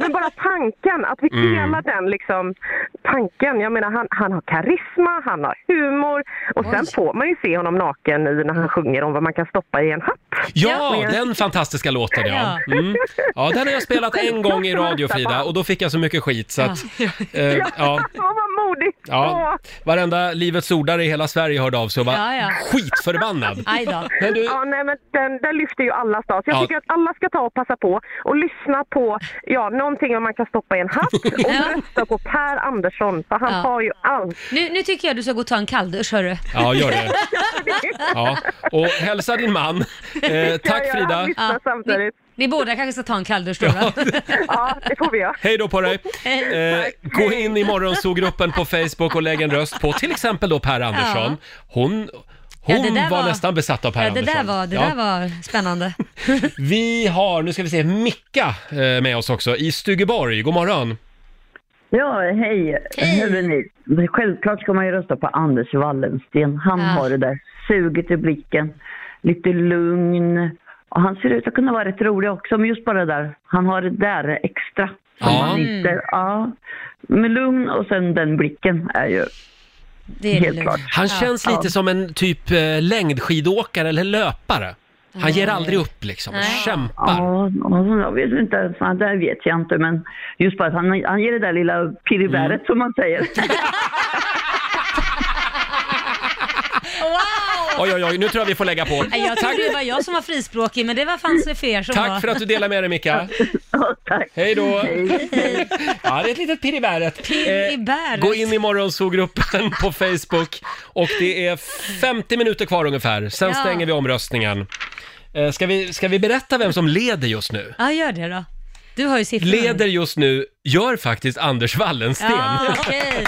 F: Men bara tanken, att vi
A: Mm.
F: delar den liksom, tanken. Jag menar, han, han har karisma, han har humor och sen får man ju se honom naken i när han sjunger om vad man kan stoppa i en hatt.
A: Ja, den fantastiska låten ja. Mm. Ja, den har jag spelat en gång i radio Frida och då fick jag så mycket skit så att... Eh, ja.
F: Och vad blodigt.
A: Ja, varenda Livets ordare i hela Sverige hörde av sig och var
C: Ja, ja.
A: skitförbannad.
C: Aj då.
A: Men du,
F: Ja, nej, men den, den lyfter ju alla stat. Jag
A: Ja.
F: tycker att alla ska ta och passa på och lyssna på ja, någonting om man kan stoppa i en hatt och
C: Ja.
F: rösta på Per Andersson, för han
C: Ja.
F: har ju allt.
C: Nu, nu tycker jag du ska gå och ta en kalldusch hörru.
A: ja gör det. Ja. Och hälsa din man. Eh, tack
F: Jag gör
A: Frida.
F: allt lyssna
C: Ni,
F: samtidigt.
C: ni båda kanske ska ta en kalldusch då. va?
F: Ja, det får vi göra.
A: Hej då på dig! Eh, gå in i morgonsågruppen på Facebook och lägg en röst på till exempel då Per Andersson. Hon,
C: Ja, det
A: hon
C: där
A: var,
C: var-
A: nästan besatt av Per
C: Ja, Eh, det
A: Andersson.
C: där var, det
A: Ja.
C: där var spännande.
A: Vi har, nu ska vi se, Micka eh, med oss också i Stugeborg. God morgon!
J: Ja, hej. Hörrni, självklart ska man ju rösta på Anders Wallensten. Han
C: Ja.
J: har det där suget i blicken, lite lugn. Och han ser ut att kunna vara rätt rolig också, men just bara det där, han har det där extra. Som
A: Ja.
J: man inte, ja. Med lugn och sen den blicken är ju
C: Det är
J: helt
C: lugnt.
J: klart.
A: Han känns lite som en typ eh, längdskidåkare eller löpare. Han ger aldrig upp liksom,
C: Nej.
A: kämpar.
J: Ja, ja, jag vet inte, fan, det vet jag inte, men just bara att han, han ger det där lilla pirribäret som man säger.
C: Wow!
A: Oj, oj, oj, nu tror jag vi får lägga på.
C: Nej, Jag trodde det var jag som var frispråkig, men det var fanns det för er som var.
A: Tack för att du delade med dig Micka.
J: Ja, tack.
A: Hej då! Ja, det är ett litet pirr i bäret. Eh,
C: Pirr i bäret.
A: Gå in i morgonsågruppen på Facebook och det är 50 minuter kvar ungefär. Sen
C: Ja.
A: stänger vi omröstningen. Eh, Ska vi, ska vi berätta vem som leder just nu?
C: Ja, gör det då. Du har ju siffrorna.
A: Leder just nu gör faktiskt Anders Wallensten.
C: Ja, okej.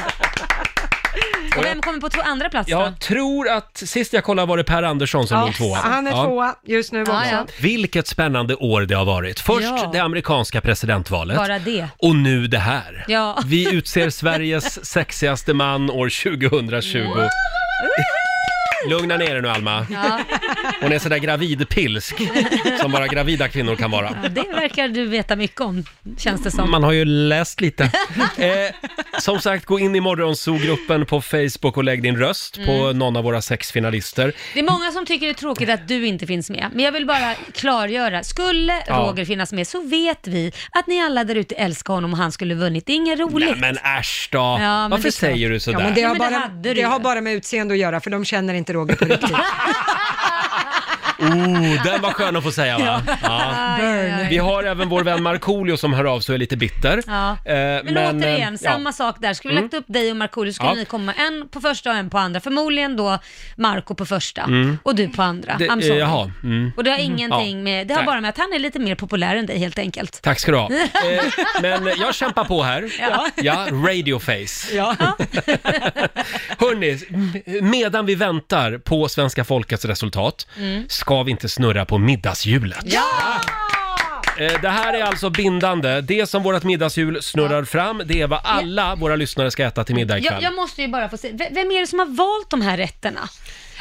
C: Och vem kommer på två andra plats då?
A: Jag tror att sist jag kollade var det Per Andersson som
B: Ja,
A: låg tvåa.
B: Han är
A: Ja.
B: tvåa just nu också.
C: Ja, ja.
A: Vilket spännande år det har varit. Först
C: Ja.
A: det amerikanska presidentvalet.
C: Bara det.
A: Och nu det här.
C: Ja.
A: Vi utser Sveriges sexigaste man år 2020. Lugna ner er nu Alma.
C: Ja,
A: Hon är sådär gravidpilsk som bara gravida kvinnor kan vara.
C: det verkar du veta mycket om, känns det som.
A: Man har ju läst lite. Eh, som sagt, gå in i morgonzoo-gruppen på Facebook och lägg din röst på
C: Mm.
A: någon av våra sex finalister.
C: Det är många som tycker det är tråkigt att du inte finns med, men jag vill bara klargöra. Skulle
A: Ja.
C: Roger finnas med så vet vi att ni alla där ute älskar honom och han skulle vunnit. Det är inget roligt.
A: Nej, men äsch då!
C: men det
A: Varför
C: är klart.
A: säger du
B: Ja,
A: sådär?
B: men det,
C: Ja,
B: har
C: men det
B: bara,
C: hade
B: det,
C: du ju.
B: har bara med utseende att göra, för de känner inte Roger på riktigt.
A: Oh, den var skön att få säga va? Ja.
C: Aj, aj, aj.
A: Vi har även vår vän Markoolio som hör av sig och är lite bitter.
C: Ja.
A: Eh,
C: Men,
A: eh,
C: återigen,
A: ja. Mm.
C: samma sak där. Skulle vi lagt upp dig och Markoolio skulle
A: Ja.
C: ni komma en på första och en på andra. Förmodligen då Marco på första och du på andra.
A: Mm. Det-
C: I'm sorry.
A: eh, jaha. Mm.
C: Och det har ingenting
A: Ja.
C: med, det har
A: Nej.
C: bara med att han är lite mer populär än dig helt enkelt.
A: Tack ska du ha. Eh, men jag kämpar på här. Ja, radioface. Ja. Hörni, medan vi väntar på svenska folkets resultat
C: Mm.
A: ska vi inte snurra på middagshjulet. Eh, Det här är alltså bindande. Det som vårt middagshjul snurrar fram, det är vad alla våra lyssnare ska äta till middag ikväll.
C: Jag, jag måste ju bara få se, V- vem är det som har valt de här rätterna?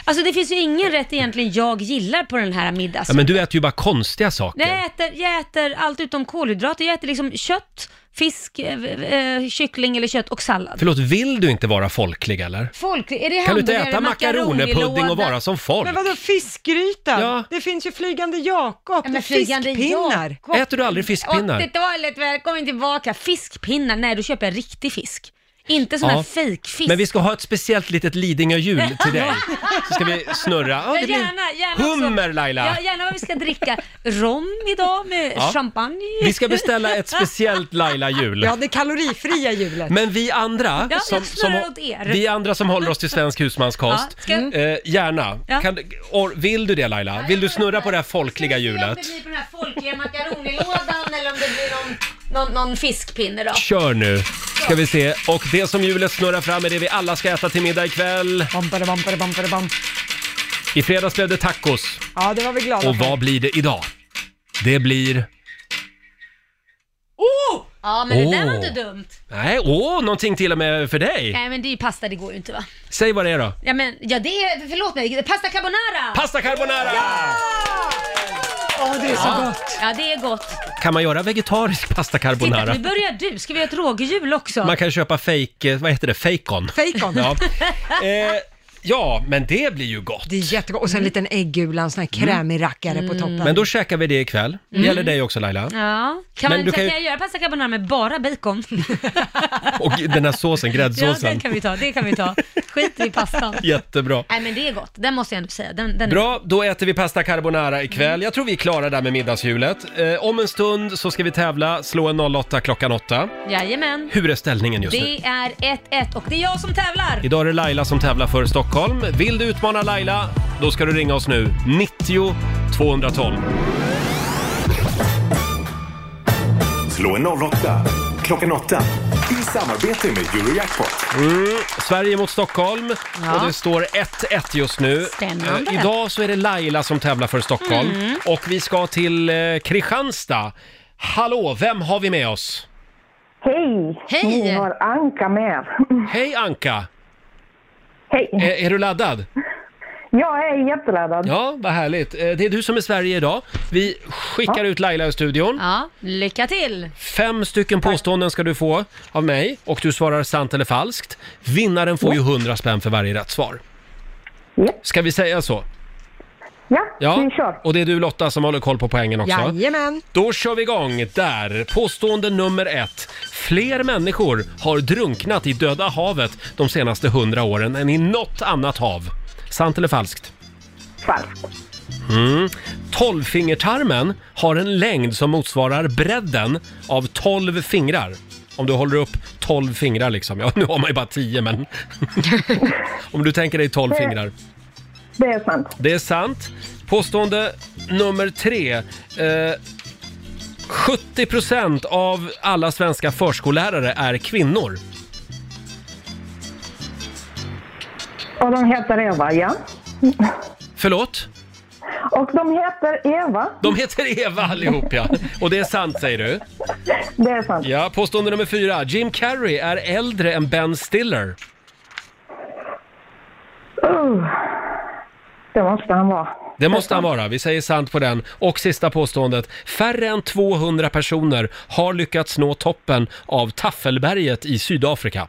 C: Alltså det finns ju ingen rätt egentligen jag gillar på den här middags...
A: Ja, men du äter ju bara konstiga saker.
C: Nej, jag, äter, jag äter allt utom kolhydrater. Jag äter liksom kött, fisk, eh, eh, kyckling eller kött och sallad.
A: Förlåt, vill du inte vara folklig eller?
C: Folk, är det
A: Kan du inte
C: hamburgare,
A: äta makaronerpudding
C: makaronilåda?
A: och vara som folk?
B: Men vadå fiskgryta?
A: Ja.
B: Det finns ju flygande Jakob,
C: Ja,
B: det är
C: men flygande
B: fiskpinnar.
C: Jakob.
A: Äter du aldrig fiskpinnar?
C: 80-talet, välkommen tillbaka. Fiskpinnar, nej då köper jag riktig fisk. Inte sån
A: Ja.
C: här fejkfisk.
A: Men vi ska ha ett speciellt litet Lidingö-jul till dig. Så ska vi snurra. Ja,
C: Ja,
A: det blir
C: gärna, gärna
A: hummer
C: också.
A: Laila!
C: Ja, gärna vad vi ska dricka. Rom idag med
A: Ja.
C: champagne.
A: Vi ska beställa ett speciellt Laila-jul.
B: Ja, det kalorifria hjulet.
A: Men vi andra,
C: jag
A: som,
C: snurrar åt er.
A: vi andra som håller oss till svensk husmanskost,
C: Ja, ska-
A: eh, gärna.
C: Ja.
A: Kan, du- or, vill du det Laila? Vill du snurra på det här folkliga hjulet?
C: Ska vi se om det blir på den här folkliga makaronilådan eller om det blir någon, någon, någon fiskpinne då.
A: Kör nu, ska vi se. Och det som hjulet snurrar fram är det vi alla ska äta till middag ikväll.
B: Bampare, bampare, bampare, bam.
A: I fredags blev det tacos.
B: Ja, det var vi glada
A: Och vad
B: för.
A: blir det idag? Det blir...
C: Ja, men det där var
A: Åh.
C: inte dumt.
A: Nej, åh, någonting till och med för dig.
C: Nej, men det är ju pasta, det går ju inte va?
A: Säg vad det är då.
C: Ja, men ja, det är, förlåt mig, pasta carbonara!
A: Pasta carbonara!
B: Ja, det är så gott.
C: ja, det är gott.
A: Kan man göra vegetarisk pasta
C: Titta,
A: carbonara?
C: nu börjar du. Ska vi göra ett rågejul också?
A: Man kan köpa fake, eh, vad heter det, fejkon.
B: Fejkon.
A: Ja. Eh, Ja, men det blir ju gott.
B: Det är jättegott. Och sen en liten äggula, en sån här krämig rackare på toppen.
A: Mm. Men då käkar vi det ikväll. Det
C: Mm.
A: gäller dig också Laila.
C: Ja, kan,
A: Men
C: man,
A: du
C: så
A: kan
C: kan
A: ju-
C: jag göra pasta carbonara med bara bacon?
A: Och den här såsen,
C: ja, den
A: gräddsåsen.
C: kan vi ta, det kan vi ta. Skit i pastan.
A: Jättebra.
C: Nej men det är gott, den måste jag ändå säga. Den, den
A: Bra, då äter vi pasta carbonara
C: Mm.
A: ikväll. Jag tror vi är klara där med middagshjulet. Eh, om en stund så ska vi tävla, slå en 08 klockan 8.
C: Är... Jajamän.
A: Hur är ställningen just nu?
C: Det är 1-1 och det är jag som tävlar.
A: Idag är det Laila som tävlar för Stockholm. Vill du utmana Laila? Då ska du ringa oss nu. 90 212.
G: Slå en 08 klockan 8 i samarbete med Eurojackpot.
A: Mm, Sverige mot Stockholm
G: Ja.
A: och det står 1-1 just nu.
G: Spännande.
A: Eh, Idag så är det Laila som tävlar för Stockholm
G: Mm.
A: och vi ska till eh, Kristianstad. Hallå, vem har vi med oss?
K: Hej! Hej! Ni har Anka med.
A: Hej Anka!
K: Hej!
A: Eh, är du laddad?
K: Jag är jätteladdad.
A: Ja, vad härligt. Eh, det är du som är Sverige idag. Vi skickar ut Laila i studion.
C: Ja, lycka till!
A: Fem stycken påståenden ska du få av mig och du svarar sant eller falskt. Vinnaren får ju 100 spänn för varje rätt svar. Ska vi säga så?
K: Ja,
A: Ja, och det är du Lotta som håller koll på poängen också.
B: Jajamän.
A: Då kör vi igång. Där, påstående nummer ett. Fler människor har drunknat i Döda havet de senaste hundra åren än i något annat hav. Sant eller falskt?
K: Falskt.
A: Mm. Tolvfingertarmen har en längd som motsvarar bredden av tolv fingrar. Om du håller upp tolv fingrar liksom. Ja, nu har man ju bara tio, men... Om du tänker dig tolv fingrar.
K: Det är sant.
A: Det är sant. Påstående nummer tre. Eh, 70% av alla svenska förskollärare är kvinnor.
K: Och de heter Eva, ja.
A: Förlåt?
K: Och de heter Eva.
A: De heter Eva allihop ja. Och det är sant säger du?
K: Det är sant.
A: Ja, påstående nummer fyra. Jim Carrey är äldre än Ben Stiller.
K: Uh, det måste han vara.
A: Det måste han vara, vi säger sant på den. Och sista påståendet. Färre än 200 personer har lyckats nå toppen av Taffelberget i Sydafrika.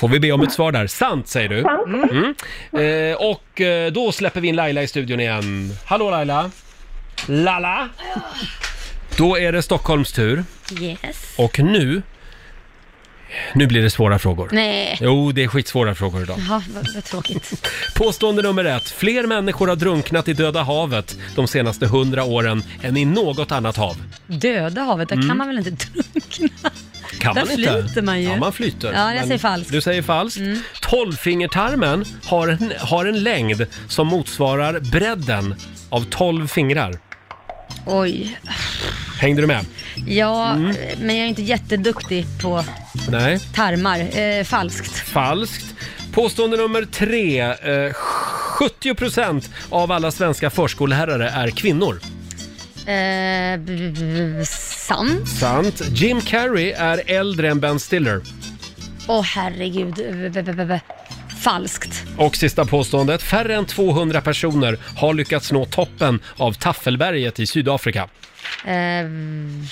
A: Får vi be om ett svar där? Sant säger du.
K: Sant.
A: Mm. Eh, och eh, då släpper vi in Laila i studion igen. Hallå Laila! Lala! Då är det Stockholms tur
C: Yes.
A: och nu... Nu blir det svåra frågor.
C: Nej.
A: Jo, det är skitsvåra frågor idag.
C: Jaha, vad, vad tråkigt.
A: Påstående nummer ett. Fler människor har drunknat i Döda havet de senaste hundra åren än i något annat hav.
C: Döda havet, där
A: Mm.
C: kan man väl inte drunkna?
A: Kan
C: Där
A: man inte?
C: flyter man ju.
A: Ja, man flyter.
C: Ja, jag
A: Men
C: säger falskt. Mm.
A: Du säger falskt. Tolvfingertarmen har en, har en längd som motsvarar bredden av tolv fingrar.
C: Oj.
A: Hängde du med?
C: Ja,
A: Mm.
C: men jag är inte jätteduktig på
A: Nej.
C: tarmar. Eh, falskt.
A: Falskt. Påstående nummer tre. Eh, 70% av alla svenska förskollärare är kvinnor.
C: Eh, b- b- sant.
A: Sant. Jim Carrey är äldre än Ben Stiller.
C: Åh herregud. B- b- b- b- Falskt.
A: Och sista påståendet. Färre än 200 personer har lyckats nå toppen av Taffelberget i Sydafrika.
C: Eh,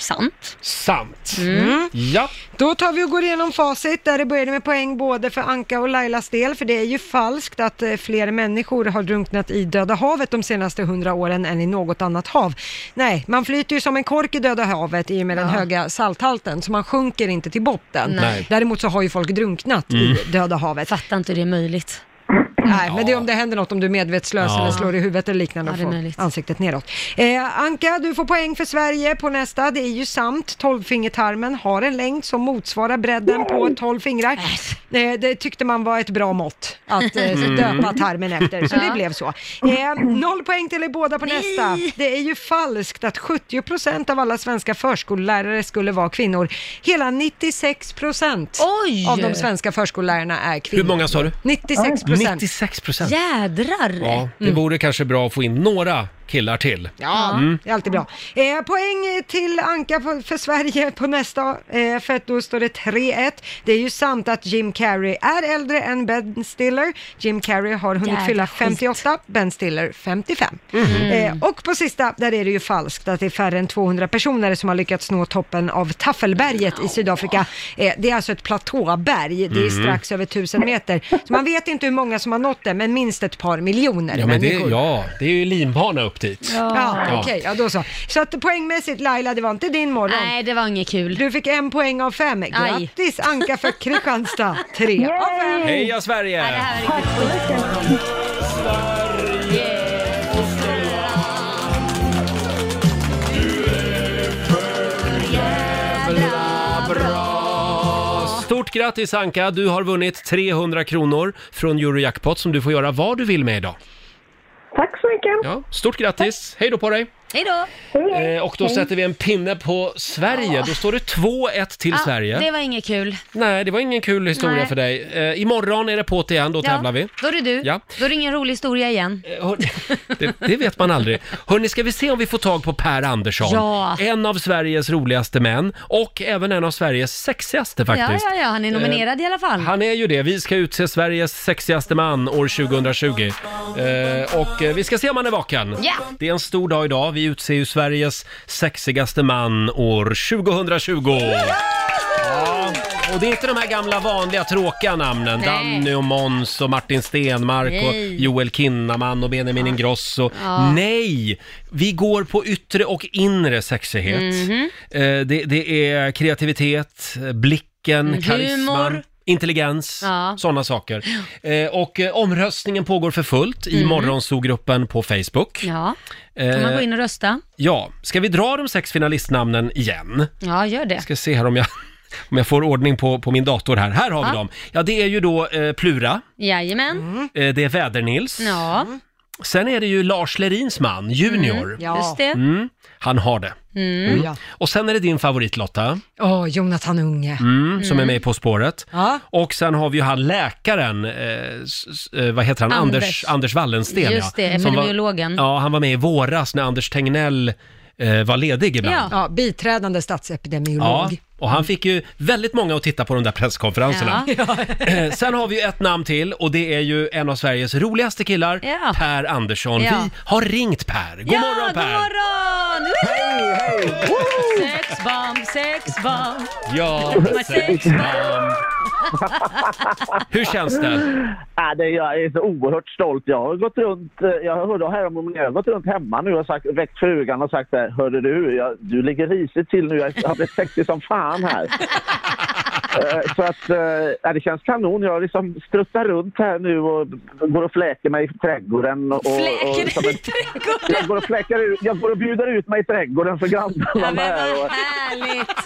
C: sant.
A: Sant.
B: Mm.
A: Ja.
B: Då tar vi och går igenom facit där det började med poäng både för Anka och Lailas del, för det är ju falskt att eh, fler människor har drunknat i Döda havet de senaste hundra åren än i något annat hav. Nej, man flyter ju som en kork i Döda havet i och med den höga salthalten, så man sjunker inte till botten.
C: Nej.
B: Däremot så har ju folk drunknat
C: Mm.
B: i Döda havet.
C: Fattar inte hur det är möjligt.
B: Nej, men det är om det händer något, om du är medvetslös
C: Ja.
B: eller slår i huvudet eller liknande och
C: Ja, det är
B: får
C: möjligt.
B: ansiktet neråt. Eh, Anka, du får poäng för Sverige på nästa. Det är ju sant. Tolvfingertarmen har en längd som motsvarar bredden på tolv fingrar. Eh, det tyckte man var ett bra mått att eh,
L: Mm.
B: döpa tarmen efter, så
L: Ja.
B: det blev så. Eh, noll poäng till er båda på nästa. Det är ju falskt att 70% av alla svenska förskollärare skulle vara kvinnor. Hela 96% av de svenska förskollärarna är kvinnor.
A: Hur många sa du?
B: 96 procent.
A: 96 procent.
B: Jädrar!
A: Ja, det vore kanske bra att få in några killar till.
B: Ja,
A: Mm.
B: det är alltid bra. Eh, poäng till Anka för, för Sverige på nästa, eh, för att då står det 3-1. Det är ju sant att Jim Carrey är äldre än Ben Stiller. Jim Carrey har hunnit
C: Jävla
B: fylla
C: skit.
B: 58, Ben Stiller 55.
C: Mhm.
B: Eh, och på sista, där är det ju falskt att det är färre än 200 personer som har lyckats nå toppen av Taffelberget i Sydafrika. Eh, det är alltså ett platåberg, det är
A: Mm.
B: strax över 1000 meter. Så man vet inte hur många som har nått det, men minst ett par miljoner
A: Ja, men det,
B: människor.
A: ja, det är ju linbana upp dit.
B: Ja, okej, ja då så. Så att poängmässigt Laila, det var inte din morgon.
C: Nej, det var inget kul.
B: Du fick en poäng av fem.
C: Aj.
B: Grattis Anka för Kristianstad, tre av fem.
A: Heja Sverige! Stort grattis Anka, du har vunnit 300 kronor från Eurojackpot som du får göra vad du vill med idag.
K: Tack så mycket.
A: Ja, stort grattis, hej då på dig!
C: Hej då!
A: Eh, och då sätter vi en pinne på Sverige, då står det 2-1 till
C: Ja,
A: Sverige.
C: Det var inget kul.
A: Nej, det var ingen kul historia
C: Nej.
A: för dig. Eh, imorgon är det på igen, då tävlar vi.
C: Då är det du.
A: Ja.
C: Då är det ingen rolig historia igen.
A: Eh, Det, det vet man aldrig. Hörni, ska vi se om vi får tag på Per Andersson?
C: Ja.
A: En av Sveriges roligaste män och även en av Sveriges sexigaste faktiskt.
C: Ja, ja, ja, han är nominerad i alla fall.
A: Han är ju det. Vi ska utse Sveriges sexigaste man år 2020. Eh, och eh, vi ska se om han är vaken.
C: Ja.
A: Det är en stor dag idag. Vi utser ju Sveriges sexigaste man år 2020. Ja. Och det är inte de här gamla vanliga tråkiga namnen.
C: Nej.
A: Danny och Måns och Martin Stenmark och
C: Nej.
A: Joel Kinnaman och Benjamin Ingrosso.
C: Ja.
A: Nej! Vi går på yttre och inre sexighet.
C: Mhm.
A: Eh, det, det är kreativitet, eh, blicken,
C: Mm.
A: karisman.
C: Humor.
A: Intelligens,
C: Ja.
A: sådana saker. Eh, och eh, omröstningen pågår för fullt i
C: Mm.
A: morgonzoo-gruppen på Facebook.
C: Ja, kan
A: Eh.
C: man gå in och rösta?
A: ja, ska vi dra de sex finalistnamnen igen?
C: Ja, gör det.
A: Ska se här om jag, om jag får ordning på, på min dator här. Här har vi
C: Ja.
A: dem. Ja, det är ju då eh, Plura,
C: Jajamän.
A: eh, det är Väder-Nils.
C: Ja,
A: Sen är det ju Lars Lerins man, Junior.
C: Mm, ja. Just det.
A: Mm, han har det.
B: Mm.
A: Mm.
B: Ja.
A: Och sen är det din favorit Lotta,
B: Åh, Jonathan Unge.
A: mm, som är med På spåret.
B: Ja.
A: Och sen har vi ju han läkaren, eh, s- s- eh, vad heter han, Anders,
C: Anders.
A: Anders, Wallensten.
C: Just
A: ja.
C: det,
A: Som var-
C: epidemiologen.
A: Ja, han var med i våras när Anders Tegnell eh, var ledig ibland.
B: Ja. biträdande
A: Ja,
B: statsepidemiolog.
A: och han fick ju väldigt många att titta på de där presskonferenserna.
B: Ja.
A: Eh, Sen har vi ju ett namn till och det är ju en av Sveriges roligaste killar,
C: Ja.
A: Per Andersson.
C: Ja.
A: Vi har ringt Per. God
C: ja,
A: morgon Per!
C: God morgon! Hej, hej! Sex bomb, sex bomb.
A: Ja,
C: Give me sex
A: bomb. Hur känns det?
L: Ja, det, jag är så oerhört stolt. Jag har gått runt, eh, jag hörde härom, jag har gått runt hemma nu och sagt, väckt frugan och sagt så här, hörde du, jag, du ligger risigt till nu, jag har blivit sexig som fan här. Eh, Så att eh, ja, det känns kanon. Jag liksom struttar runt här nu och går och fläker mig i trädgården. Och, och,
C: Fläker
L: som en- Jag går och fläker ut, jag går och bjuder ut mig i trädgården för grannarna här. Och,
C: Härligt!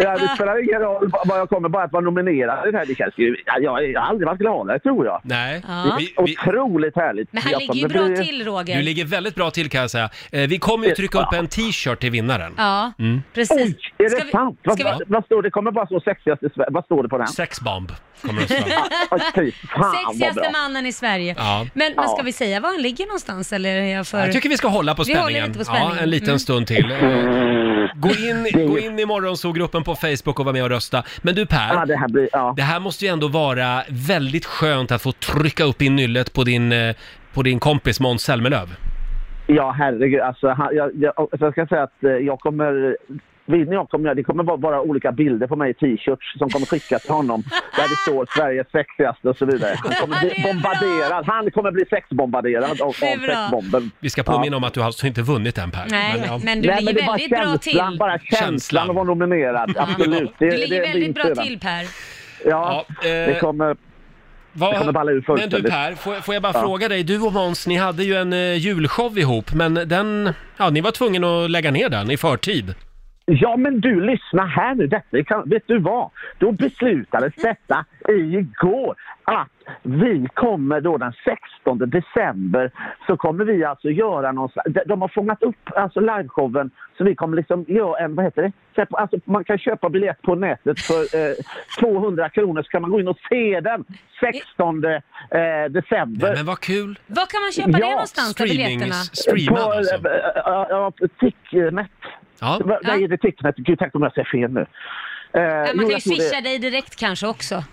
L: ja, det spelar ingen roll vad jag kommer, bara att vara nominerad i det här. Det känns ju, ja, jag, jag har aldrig varit gladare tror jag.
A: Nej.
C: Ja.
A: Vi- vi-
L: Otroligt härligt.
C: Men han
L: Jag
C: ligger ju
L: kommer
C: bra
L: bli-
C: till Roger.
A: Du ligger väldigt bra till kan jag säga. Eh, Vi kommer ju trycka upp en t-shirt till vinnaren.
C: Ja,
A: Mm.
C: precis.
L: Är
C: Ska
L: det
C: vi-
L: sant? Vad,
C: ska vi-
L: vad, vad står det? kommer bara stå sexigaste i Sverige. Vad står det på den?
A: Sexbomb kommer det att stå.
L: Ja, fy fan vad
C: Sexigaste
L: bra.
C: mannen i Sverige.
A: Ja.
C: Men, men ska
L: Ja.
C: vi säga var han ligger någonstans eller är jag för...
A: Jag tycker vi ska hålla på
C: Vi håller
A: spänningen.
C: lite på spänningen.
A: Ja, en liten
C: Mm.
A: stund till. Eh, Gå in, gå in i morgonsågruppen på Facebook och var med och rösta. Men du Per,
L: Ja, det, här blir, ja.
A: det här måste ju ändå vara väldigt skönt att få trycka upp i nyllet på din, eh, på din kompis Måns Zelmerlöw.
L: ja, herregud. Alltså, han, jag, jag, alltså, jag ska säga att eh, jag kommer... Vinner jag kommer jag, det kommer vara bara olika bilder på mig i t-shirts som kommer skickas till honom. Där det står Sveriges sexigaste och så vidare. Han kommer bli bombarderad. Han kommer bli sexbombarderad av, av
C: Det är bra.
L: sexbomben.
A: Vi ska påminna om att du alltså inte vunnit än Per.
C: Nej,
A: ja.
C: men du ligger
L: är bara
C: väldigt bra
L: känslan,
C: till.
L: Bara känslan
A: Känslan.
L: att vara nominerad. Absolut. Det,
C: Du
L: det
C: ligger
L: är
C: väldigt bra
L: vinsten.
C: till Per.
L: Ja,
A: Ja, eh,
L: det kommer...
A: Vad-
L: det kommer balla ur
A: men du
L: fullständigt.
A: Per, får, får jag bara
L: Ja.
A: fråga dig, du och Måns, ni hade ju en eh, julshow ihop, men den, ja ni var tvungna att lägga ner den i förtid.
L: Ja, men du lyssna här nu. Detta, kan- vet du vad? Då beslutades detta igår att vi kommer då den 16 december så kommer vi alltså göra någon slags, de- de har fångat upp alltså liveshowen så vi kommer liksom göra en, vad heter det? Så att- Alltså, man kan köpa biljett på nätet för eh, 200 kronor så kan man gå in och se den 16 eh, december.
A: men vad kul!
C: Var kan man köpa det någonstans, där biljetterna?
A: Eh,
L: på, alltså? Ja, ja, på Ticknet.
A: Ja.
L: Vad vad är det Ticknet? Gud, tänk om jag säger fel nu. Eh,
C: Ja,
L: jo,
C: man kan ju
L: jag tror det-
C: swisha dig direkt kanske också.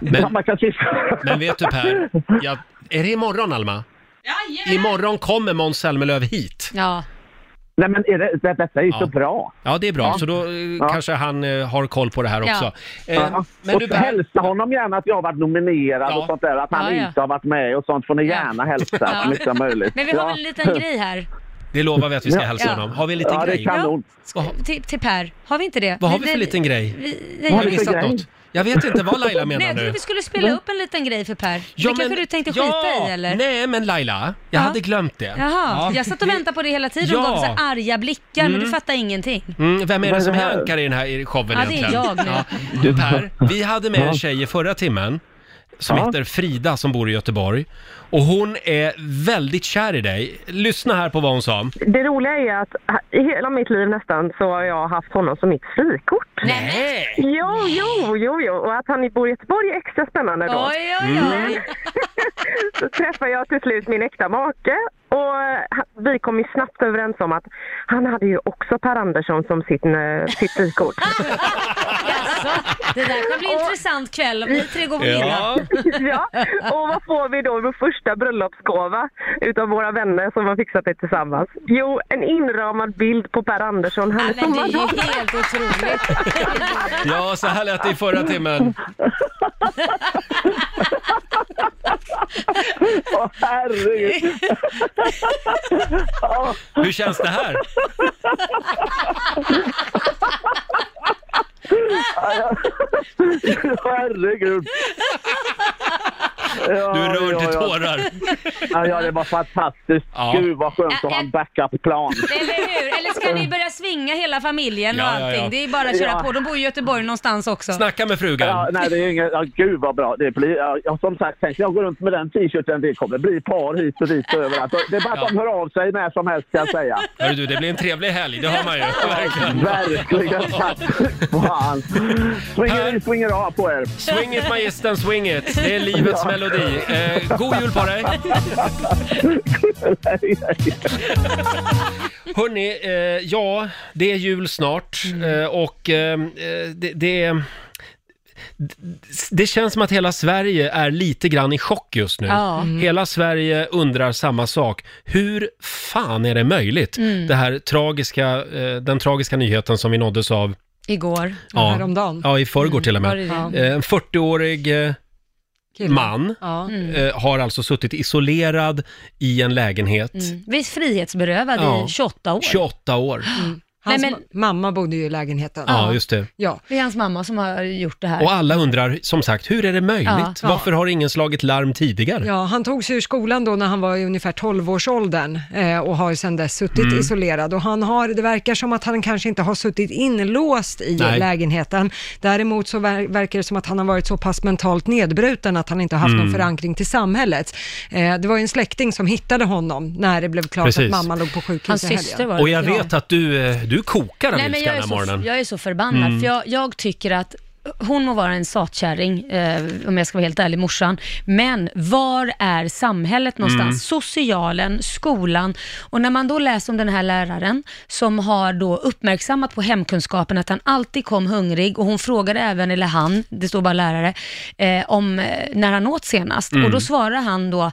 L: Ja, man kan swisha.
A: Men vet du Per, jag, är det imorgon Alma? Imorgon kommer Måns Zelmerlöw hit.
C: Ja.
L: Nej, men är det, det, detta är ju
A: Ja.
L: så bra.
A: Ja, det är bra.
L: Ja.
A: Så då eh, kanske han eh, har koll på det här också.
L: Ja.
A: Eh,
L: Ja.
A: Men
L: och
A: du Per,
L: hälsa honom gärna att jag har varit nominerad och sånt där, att han
C: Ja, ja.
L: inte har varit med och sånt får ni gärna hälsa
C: Ja.
L: så mycket som möjligt.
C: Men vi har
L: Ja.
C: väl en liten grej här?
A: det lovar vi att vi ska
L: Ja.
A: hälsa
L: Ja.
A: honom. Har vi en liten
L: Ja, det är
A: grej?
L: kanon.
A: Vad-
C: Till, till Per, har vi inte det?
A: Vad har vi för
C: Nej,
A: liten grej?
C: vi- nej,
A: Har jag
C: vi-
A: missat något? Jag vet inte vad Laila
C: Nej,
A: menar
C: jag trodde
A: nu.
C: vi skulle spela
L: Mm.
C: upp en liten grej för Per. det kanske du tänkte skita
A: ja,
C: i eller?
A: Nej, men Laila, jag hade glömt det.
C: Jaha,
A: Ja.
C: jag satt och väntade på det hela tiden och
A: Ja.
C: gav så här arga blickar men
A: Mm.
C: du fattar ingenting.
A: Mm, vem är
L: Vad
A: det
L: är
A: som
L: det här?
A: är ankare i den här showen
C: Ja, det är
A: egentligen?
C: jag nu.
A: Du Per, vi hade med
L: Ja.
A: en tjej i förra timmen som heter Frida som bor i Göteborg. Och hon är väldigt kär i dig. Lyssna här på vad hon sa.
F: Det roliga är att i hela mitt liv nästan så har jag haft honom som mitt frikort.
A: Nej.
F: Jo, jo, jo, jo. Och att han bor i Göteborg är extra spännande då.
C: Oj, oj, oj.
F: Men så träffade jag till slut min äkta make och han- vi kom ju snabbt överens om att han hade ju också Per Andersson som sin, eh, sitt frikort.
C: Det där kan bli en intressant kväll om ni tre går på
F: Ja.
C: middag.
F: ja, och vad får vi då? Vår första bröllopsgåva utav våra vänner som har fixat det tillsammans. Jo, en inramad bild på Per Andersson. Han är
C: Men det är
F: sommardag.
C: ju helt otroligt.
A: Ja, så här lät det i förra timmen.
L: Åh herregud! Ja,
A: Hur känns det här?
L: herregud! Ja,
A: Du är rörd till
L: ja, ja.
A: tårar.
L: Ja, ja, det var fantastiskt.
A: Ja.
L: Gud vad skönt att ha en backup-plan.
C: Eller hur? Eller ska ni börja svinga hela familjen och
A: Ja, ja, ja.
C: allting? Det är bara att köra
L: Ja.
C: på. De bor i Göteborg någonstans också.
A: Snacka med
L: Ja,
A: frugan.
L: nej, det är inget, ja, gud vad bra det blir. Ja, Ja, som sagt, tänk jag går runt med den t-shirten. Det kommer bli par hit och dit och överallt. Det är bara att de hör av sig när som helst kan jag säga.
A: Hörru du, det blir en trevlig helg, det hör man ju. Verkligen.
L: Verkligen tack! Fan! Swinger in, swinger av på er!
A: Swing it magistern, swing it. Det är livets melodi. Eh, god jul på dig! Hörni, eh, ja, det är jul snart eh, och eh, det, det, är- det känns som att hela Sverige är lite grann i chock just nu.
C: Ja. Mm.
A: Hela Sverige undrar samma sak. Hur fan är det möjligt?
C: Mm.
A: Det här tragiska, eh, den tragiska nyheten som vi nåddes av
C: Igår.
A: Ja.
B: Häromdagen.
A: Ja, i förrgår till och med.
C: var det.
A: Eh, En 40-årig eh,
C: Mm.
A: man
B: Ja.
A: eh, har alltså suttit isolerad i en lägenhet.
C: Mm. Vi är frihetsberövade
A: Ja.
C: i 28 år.
A: 28 år.
C: Mm.
B: Hans
C: Nej, men-
B: ma- mamma bodde ju i lägenheten.
A: Ja, just det.
B: Ja.
C: Det är hans mamma som har gjort det här.
A: Och alla undrar, som sagt, hur är det möjligt?
C: Ja. Ja.
A: Varför har ingen slagit larm tidigare?
B: Ja, han togs ur skolan då när han var i ungefär 12-årsåldern eh, och har ju sedan dess suttit
A: Mm.
B: isolerad. Och han har, det verkar som att han kanske inte har suttit inlåst i
A: Nej.
B: lägenheten. Däremot så ver- verkar det som att han har varit så pass mentalt nedbruten att han inte har haft
A: Mm.
B: någon förankring till samhället. Eh, det var ju en släkting som hittade honom när det blev klart
A: Precis.
B: att mamma låg på sjukhus
C: Hans
B: i helgen.
C: syster var det.
A: Och jag
C: Ja.
A: vet att du, eh, du kokar av
C: Nej, men jag,
A: ilska den
C: är
A: här
C: så,
A: morgonen.
C: jag är så förbannad,
A: Mm.
C: för jag, jag tycker att hon må vara en satkärring, eh, om jag ska vara helt ärlig, morsan. Men var är samhället någonstans?
M: Mm.
C: Socialen, skolan. Och när man då läser om den här läraren som har då uppmärksammat på hemkunskapen att han alltid kom hungrig och hon frågade även, eller han, det står bara lärare, eh, om eh, när han åt senast.
M: Mm.
C: Och då svarar han då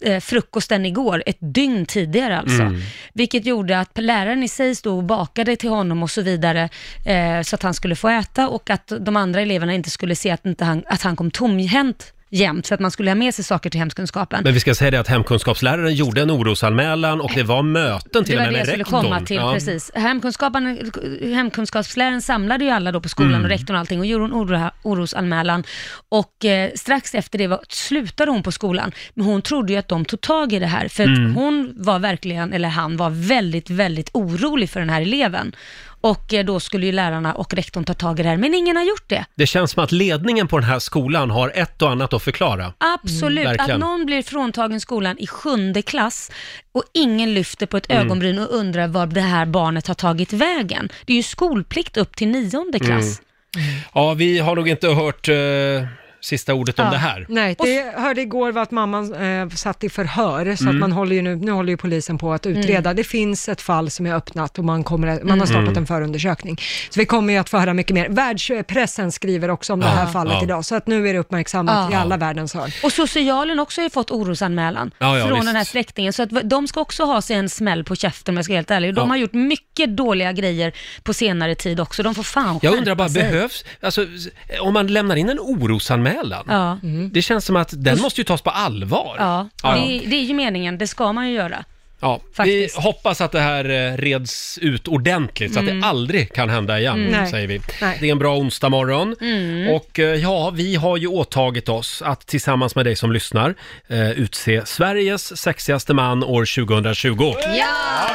C: eh, frukosten igår, ett dygn tidigare alltså.
M: Mm.
C: Vilket gjorde att läraren i sig stod och bakade till honom och så vidare, eh, så att han skulle få äta och att de andra eleverna inte skulle se att, inte han, att han kom tomhänt jämt, för att man skulle ha med sig saker till hemkunskapen.
A: Men vi ska säga det att hemkunskapsläraren gjorde en orosanmälan och det var möten till
C: det var
A: och med
C: det
A: med
C: jag skulle
A: rektorn.
C: komma till,
A: Ja.
C: precis. Hemkunskapen, hemkunskapsläraren samlade ju alla då på skolan
A: Mm.
C: och rektorn och allting och gjorde en oro, orosanmälan. Och eh, strax efter det var, slutade hon på skolan, men hon trodde ju att de tog tag i det här, för att
M: Mm.
C: hon var verkligen, eller han var väldigt, väldigt orolig för den här eleven. Och eh, då skulle ju lärarna och rektorn ta tag i det här, men ingen har gjort det.
A: Det känns som att ledningen på den här skolan har ett och annat att förklara.
C: Absolut, att
A: Mm, Verkligen.
C: någon blir fråntagen skolan i sjunde klass och ingen lyfter på ett
A: Mm.
C: ögonbryn och undrar var det här barnet har tagit vägen. Det är ju skolplikt upp till
A: Mm.
C: nionde klass.
A: Ja, vi har nog inte hört eh, sista ordet om
B: Ja,
A: det här.
B: Nej, det jag hörde igår var att mamman eh, satt i förhör, så
A: Mm.
B: att man håller ju nu, nu håller ju polisen på att utreda. Det finns ett fall som är öppnat och man, kommer, man har startat
A: Mm.
B: en förundersökning. Så vi kommer ju att få höra mycket mer. Världspressen skriver också om det
C: Ja,
B: här fallet
C: ja.
B: idag, så att nu är det uppmärksammat
C: Ja.
B: i alla världens hörn.
C: Och socialen också har ju fått orosanmälan
B: Ja, ja,
C: från
B: visst.
C: den här släktingen. Så att v- de ska också ha sig en smäll på käften om jag ska vara helt ärlig. De
A: Ja.
C: har gjort mycket dåliga grejer på senare tid också. De får fan
A: Jag
C: skärpa
A: undrar bara,
C: sig.
A: behövs, alltså, s- om man lämnar in en orosanmälan,
C: Ja.
A: det känns som att den måste ju tas på allvar.
C: Ja,
A: Ja,
C: det,
A: ja.
C: är- det är ju meningen. Det ska man ju göra.
A: Ja, vi hoppas att det här eh, reds ut ordentligt så att
C: Mm.
A: det aldrig kan hända igen,
C: Mm. Nej.
A: säger vi.
C: Nej.
A: Det är en bra onsdag morgon.
C: Mm.
A: Och eh, ja, vi har ju åtagit oss att tillsammans med dig som lyssnar eh, utse Sveriges sexigaste man år 2020.
C: Ja!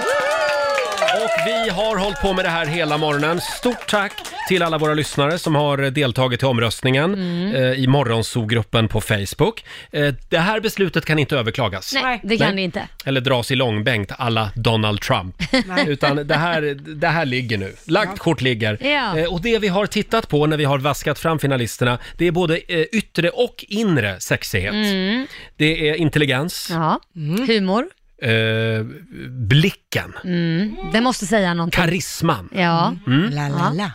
A: Och vi har hållit på med det här hela morgonen. Stort tack till alla våra lyssnare som har deltagit i omröstningen
C: Mm.
A: eh, i morgonsogruppen på Facebook. Eh, det här beslutet kan inte överklagas.
C: Nej, det kan
A: Nej.
C: det inte.
A: Eller dras i långbänk alla Donald Trump.
C: Nej.
A: Utan det här, det här ligger nu. Lagt kort ligger.
C: Ja.
A: Eh, och det vi har tittat på när vi har vaskat fram finalisterna, det är både eh, yttre och inre sexighet.
C: Mm.
A: Det är intelligens,
C: Ja,
A: Mm.
C: humor.
A: eh, blicken,
C: Mm. Det måste säga någonting.
A: karisman.
C: Ja.
A: Mm.
C: Ja.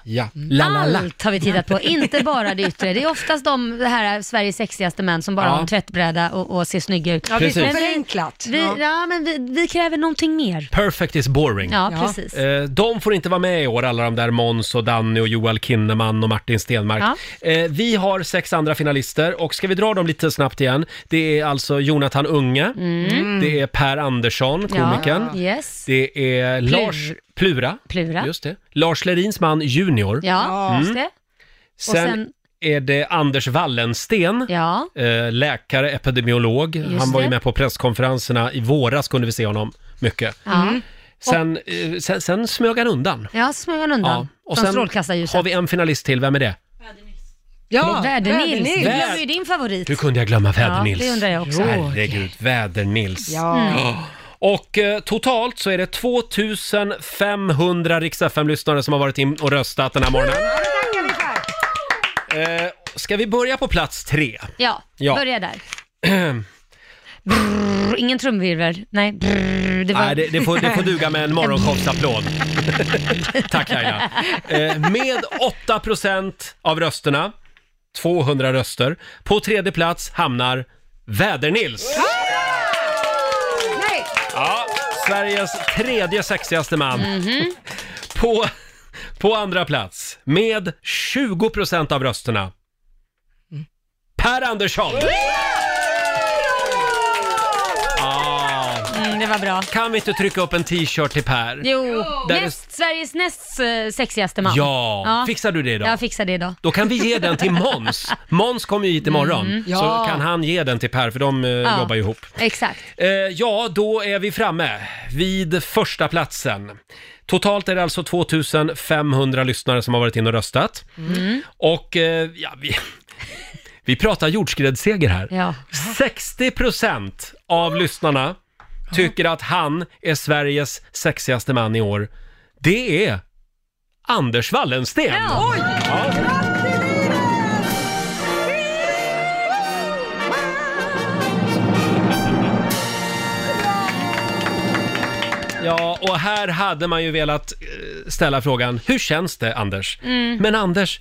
A: Ja, la la la.
C: Allt har vi tittat på, inte bara det yttre. Det är oftast de det här Sveriges sexigaste män som bara
A: Ja.
C: har en tvättbräda och, och ser snygga ut.
A: Ja, visst, Precis.
C: Men vi-
B: förenklat.
C: Vi, ja.
B: Ja.
C: men vi, vi kräver någonting mer.
A: Perfect is boring.
C: Ja, Ja. precis.
A: Eh, de får inte vara med i år, alla de där Mons och Danny och Joel Kinnaman och Martin Stenmark. Eh, vi har sex andra finalister och ska vi dra dem lite snabbt igen? Det är alltså Jonathan Unge,
C: Mm.
A: det är Per Andersson, komikern.
C: Ja. Yes.
A: Det är
C: Plur-
A: Lars Plura.
C: Plura.
A: Just det. Lars Lerins man Junior.
C: Ja,
A: Mm.
C: just det.
A: Sen,
C: sen-
A: är det Anders Wallensten,
C: Ja.
A: eh, läkare, epidemiolog.
C: Just
A: Han var ju
C: det.
A: med på presskonferenserna i våras, kunde vi se honom mycket.
C: Ja.
A: Sen, eh, sen, sen smög han undan.
C: Ja, smög han undan
A: Och
C: från
A: sen
C: strålkastarljuset.
A: har vi en finalist till, vem är det?
C: Ja, Väder-Nils.
A: Väder-Nils.
C: Du glömmer ju din favorit.
A: Hur kunde jag glömma Väder-Nils?
C: Ja, det undrar jag också.
A: Herregud, Väder-Nils.
C: Ja. Mm.
A: Och eh, totalt så är det 2500 riks lyssnare som har varit in och röstat den här morgonen. Eh, ska vi börja på plats tre?
C: Ja,
A: Ja.
C: börja där. Brrr, ingen trumvirvel. Nej, brrr, det var...
A: Nej, det, det, får, det får duga med en morgonshowsapplåd. Tack Laila. Eh, med 8% av rösterna, 200 röster. På tredje plats hamnar Väder-Nils.
B: Nej.
A: Ja, Sveriges tredje sexigaste man.
C: Mhm.
A: På, på andra plats, med 20% av rösterna, Per Andersson. Ah.
C: Mm, det var bra.
A: Kan vi inte trycka upp en t-shirt till Per?
C: Jo,
A: Där
C: näst, Sveriges näst eh, sexigaste man.
A: Ja, fixar du det idag?
C: Jag fixar det idag.
A: Då kan vi ge den till Mons. Mons kommer ju hit imorgon,
C: Mm. Ja.
A: så kan han ge den till Per, för de eh,
C: Ja.
A: jobbar ju ihop.
C: Exakt.
A: Eh, ja, då är vi framme vid första platsen. Totalt är det alltså 2500 lyssnare som har varit in och röstat.
C: Mm.
A: Och eh, ja, vi, vi pratar jordskredsseger här.
C: Ja.
A: 60% av lyssnarna tycker att han är Sveriges sexigaste man i år. Det är Anders Wallensten.
C: Ja. Oj!
A: Ja, och här hade man ju velat eh, ställa frågan, hur känns det Anders?
C: Mm.
A: Men Anders,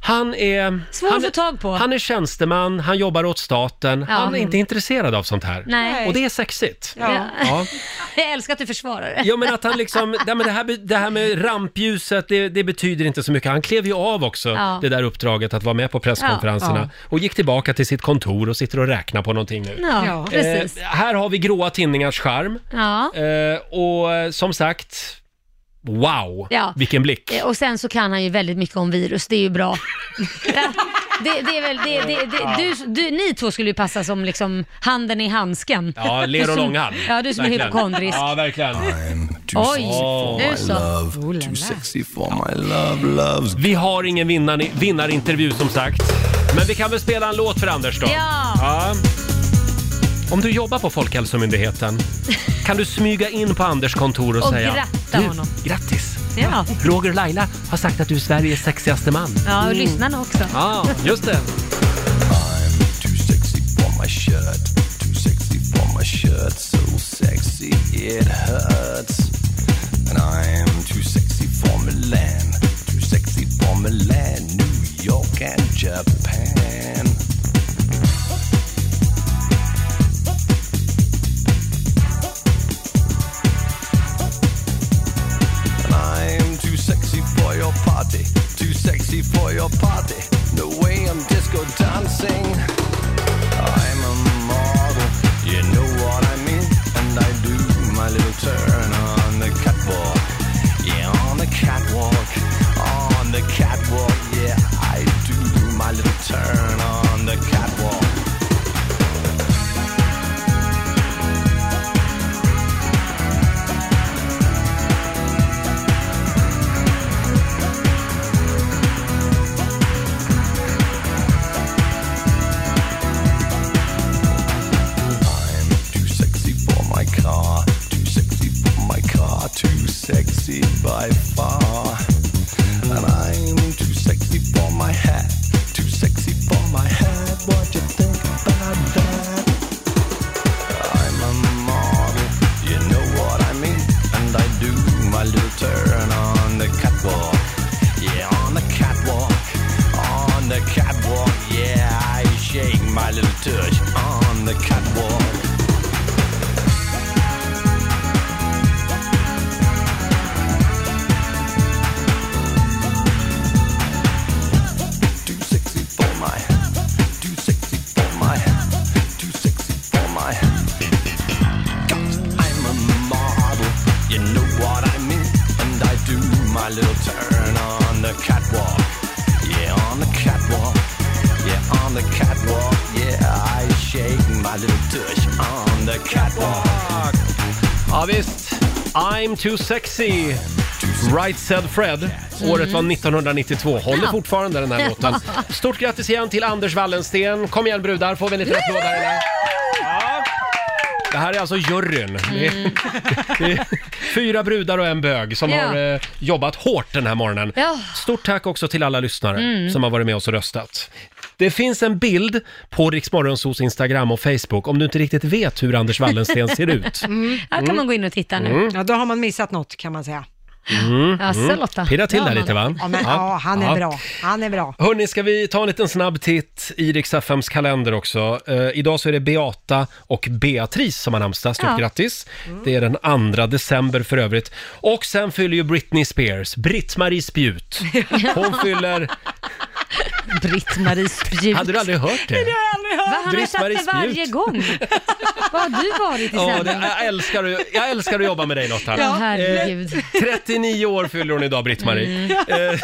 A: han är...
C: Svår
A: han,
C: att få tag på.
A: Han är tjänsteman, han jobbar åt staten,
C: Ja.
A: han är inte intresserad av sånt här.
C: Nej.
A: Och det är sexigt.
C: Ja.
A: Ja.
C: Jag älskar att du försvarar det.
A: Ja men att han liksom, nej, men det, här, be- det här med rampljuset, det, det betyder inte så mycket. Han klev ju av också
C: Ja.
A: det där uppdraget att vara med på presskonferenserna
C: Ja. Ja.
A: och gick tillbaka till sitt kontor och sitter och räknar på någonting nu.
C: Ja, Ja.
A: Eh,
C: precis.
A: här har vi gråa tinningars charm
C: Ja.
A: eh, och eh, som sagt, Wow,
C: Ja.
A: vilken blick.
C: Eh, Och sen så kan han ju väldigt mycket om virus, det är ju bra. det, det är väl, det, det, det, du, du, ni två skulle ju passa som liksom handen i handsken.
A: Ja, ler och långhand.
C: Ja, du som är
A: Verkligen.
C: hypokondrisk.
A: Ja, verkligen.
C: Oj, nu
D: my
C: så.
D: love, too sexy for my love, loves.
A: Vi har ingen vinnar, vinnarintervju som sagt. Men vi kan väl spela en låt för Anders då?
C: Ja.
A: Om du jobbar på Folkhälsomyndigheten, kan du smyga in på Anders kontor och,
C: Och
A: säga
C: gratta
A: "Du,
C: honom."
A: Grattis!
C: Ja,
A: Roger och Laila har sagt att du är Sveriges sexigaste man.
C: ja och lyssnarna också.
A: Ja, just det.
D: For my shirt, too sexy for my shirt, so sexy it hurts. And I'm too sexy for Milan, too sexy for Milan, New York and Japan. I'm too sexy for your party, too sexy for your party. No way I'm disco dancing. I'm a model, you know what I mean. And I do my little turn on the catwalk. Yeah, on the catwalk, on the catwalk. Yeah, I do my little turn on the catwalk. Too sexy for my car. Too sexy for my car. Too sexy by far. And I'm too sexy for my hat. Too sexy for my hat. What you think about that? I'm a model. You know what I mean. And I do my little turn on the catwalk. Yeah, on the catwalk. On the catwalk. Yeah, I shake my little touch on the catwalk. for my too sexy for my too sexy for my God, I'm a model, you know what I mean, and I do my little turn on the catwalk, yeah on the catwalk, yeah on the catwalk, yeah I shake my little tush on the catwalk.
A: Ja, visst. I'm too sexy. Right said Fred. Året var 1992. Håller
C: Ja.
A: fortfarande den här låten. Stort grattis igen till Anders Wallensten. Kom igen brudar, får vi en liten applåd här inne. Ja. Det här är alltså juryn. Det är- det är Fyra brudar och en bög som
C: Mm. Ja.
A: har eh, jobbat hårt den här morgonen.
C: Ja.
A: Stort tack också till alla lyssnare
C: Mm.
A: som har varit med oss och röstat. Det finns en bild på Riksmorgonsos Instagram och Facebook om du inte riktigt vet hur Anders Wallensten ser ut.
C: Mm. Här kan man gå in och titta nu.
A: Mm.
B: Ja, då har man missat något kan man säga.
A: Mm,
B: Jaså,
A: mm.
B: Lotta?
A: Pirra till
B: Ja,
A: där
B: man.
A: lite va?
B: Ja, men, ja. han är bra. Han är bra.
A: Hörni, ska vi ta en liten snabb titt i Rix FMs kalender också. Eh, idag så är det Beata och Beatrice som har namnsdag. Stort
C: Ja.
A: grattis!
B: Mm.
A: Det är den 2 december för övrigt. Och sen fyller ju Britney Spears, Britt-Marie Spjut. Hon fyller...
C: Britt-Marie Spjut.
A: Hade du aldrig hört det?
C: Va, han har
A: Britt-Marie
C: satt det varje
A: Spjut.
C: gång. Vad har du varit i
A: Ja, det,
C: sändning?
A: jag, älskar, att- jag älskar att jobba med dig Lotta.
C: Ja, herregud.
A: Eh, 39 år fyller hon idag,
B: Mm.
A: Britt-Marie. Eh,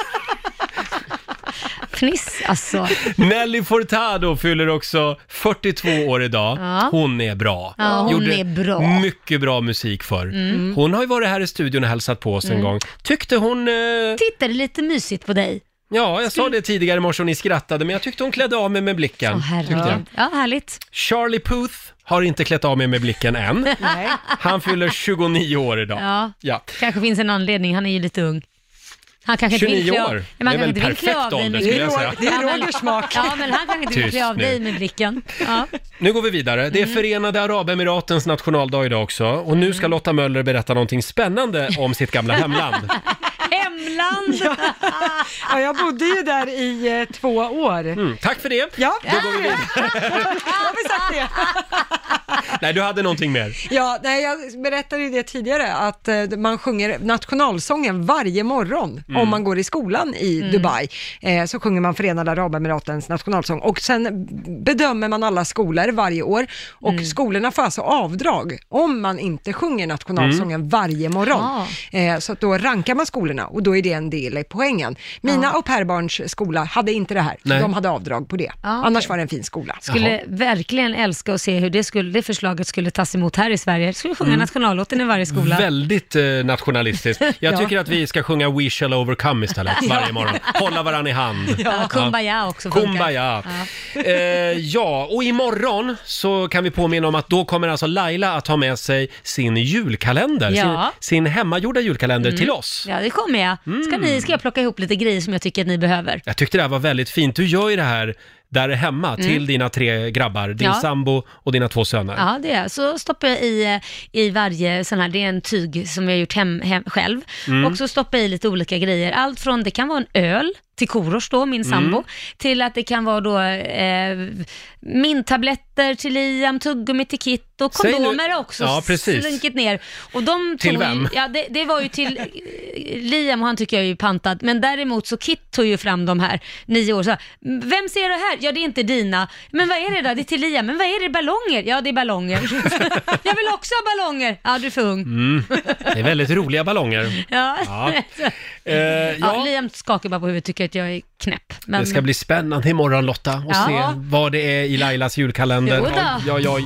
C: Fniss alltså.
A: Nelly Furtado fyller också 42 år idag.
C: Ja.
A: Hon är bra.
C: Ja, hon är bra.
A: mycket bra musik för.
C: Mm.
A: Hon har ju varit här i studion och hälsat på oss en
C: Mm.
A: gång. Tyckte hon... Eh...
C: Tittade lite mysigt på dig.
A: Ja, jag sa det tidigare i morse och ni skrattade, men jag tyckte hon klädde av mig med blicken. tyckte jag.
C: Ja, härligt.
A: Charlie Puth har inte klätt av mig med blicken än.
C: Nej.
A: Han fyller 29 år idag.
C: Ja.
A: Ja.
C: Kanske finns en anledning, han är ju lite ung. Han kanske inte vill
A: 29
C: klä av-
A: år.
C: Nej,
A: Det är
C: men han kanske
A: väl
C: inte vill klä
A: perfekt
C: av dig
A: ålder,
C: med
A: skulle
C: blicken.
A: jag säga.
B: Det är
C: Ja, men-
B: Rogers smak.
C: Ja, men han kanske inte vill
A: Tyst
C: klä av
A: nu.
C: dig med blicken. Ja.
A: Nu går vi vidare. Det är
C: Mm.
A: Förenade Arabemiratens nationaldag idag också och nu ska Lotta Möller berätta någonting spännande om sitt gamla hemland.
C: Hemland!
B: Ja, jag bodde ju där i eh, två år.
A: Mm, tack för det.
B: Ja,
A: Då går vi vidare.
B: har vi sagt det.
A: Nej, du hade någonting mer.
B: Ja, nej, jag berättade ju det tidigare att eh, man sjunger nationalsången varje morgon
A: Mm.
B: om man går i skolan i
A: Mm.
B: Dubai. Eh, så sjunger man Förenade Arabemiratens nationalsång och sen bedömer man alla skolor varje år och skolorna får alltså avdrag om man inte sjunger nationalsången varje morgon. Eh, så att då rankar man skolorna och då är det en del i poängen. Mina au pair-barns skola hade inte det här,
C: Nej.
B: de hade avdrag på det.
C: Ja,
B: Annars
C: okej.
B: var det en fin skola.
C: Skulle verkligen älska att se hur det, skulle, det förslaget skulle tas emot här i Sverige. Skulle sjunga
A: Mm.
C: nationallåten i varje skola.
A: Väldigt eh, nationalistiskt. Jag
C: Ja.
A: tycker att vi ska sjunga We shall overcome istället
C: Ja.
A: varje morgon. Hålla varann i hand.
C: Ja, kumbaya också funkar.
A: Kumbaya. Eh, ja, och imorgon så kan vi påminna om att då kommer alltså Laila att ha med sig sin julkalender,
C: Ja.
A: sin, sin hemmagjorda julkalender
C: Mm.
A: till oss.
C: Ja, det kommer jag. Ska, ni, ska jag plocka ihop lite grejer som jag tycker att ni behöver?
A: Jag tyckte det här var väldigt fint. Du gör ju det här där hemma
C: Mm.
A: till dina tre grabbar, din
C: Ja.
A: sambo och dina två söner.
C: Ja, det är jag. Så stoppar jag i, eh, i varje sån här, det är en tyg som jag har gjort hem, hem själv.
A: Mm.
C: Och så stoppar jag i lite olika grejer. Allt från, det kan vara en öl till Korosh då, min
A: Mm.
C: sambo, till att det kan vara då eh, mintabletter till Liam, tuggummi till Kit och
A: Säg nu-
C: kondomer har också.
A: Ja, precis.
C: Slunkit ner. Och de
A: Till
C: tog, ju-
A: vem?
C: Ja, det, det var ju till eh, Liam och han tycker jag är ju pantad. Men däremot så Kit tog ju fram de här nio år så här, Vem ser det här? Ja, det är inte dina. Men vad är det då? Det är till Liam. Men vad är det? Ballonger? Ja, det är ballonger. jag vill också ha ballonger. Ja, du är för ung.
A: Mm. Det är väldigt roliga ballonger.
C: Ja.
A: Ja. Eh,
C: ja.
A: ja.
C: Liam skakar bara på huvudet, tycker att jag är knäpp. Men...
A: Det ska bli spännande imorgon Lotta och
C: Ja.
A: se vad det är i Lailas julkalender.
C: Jo då. Mm.
A: Oj, oj, oj.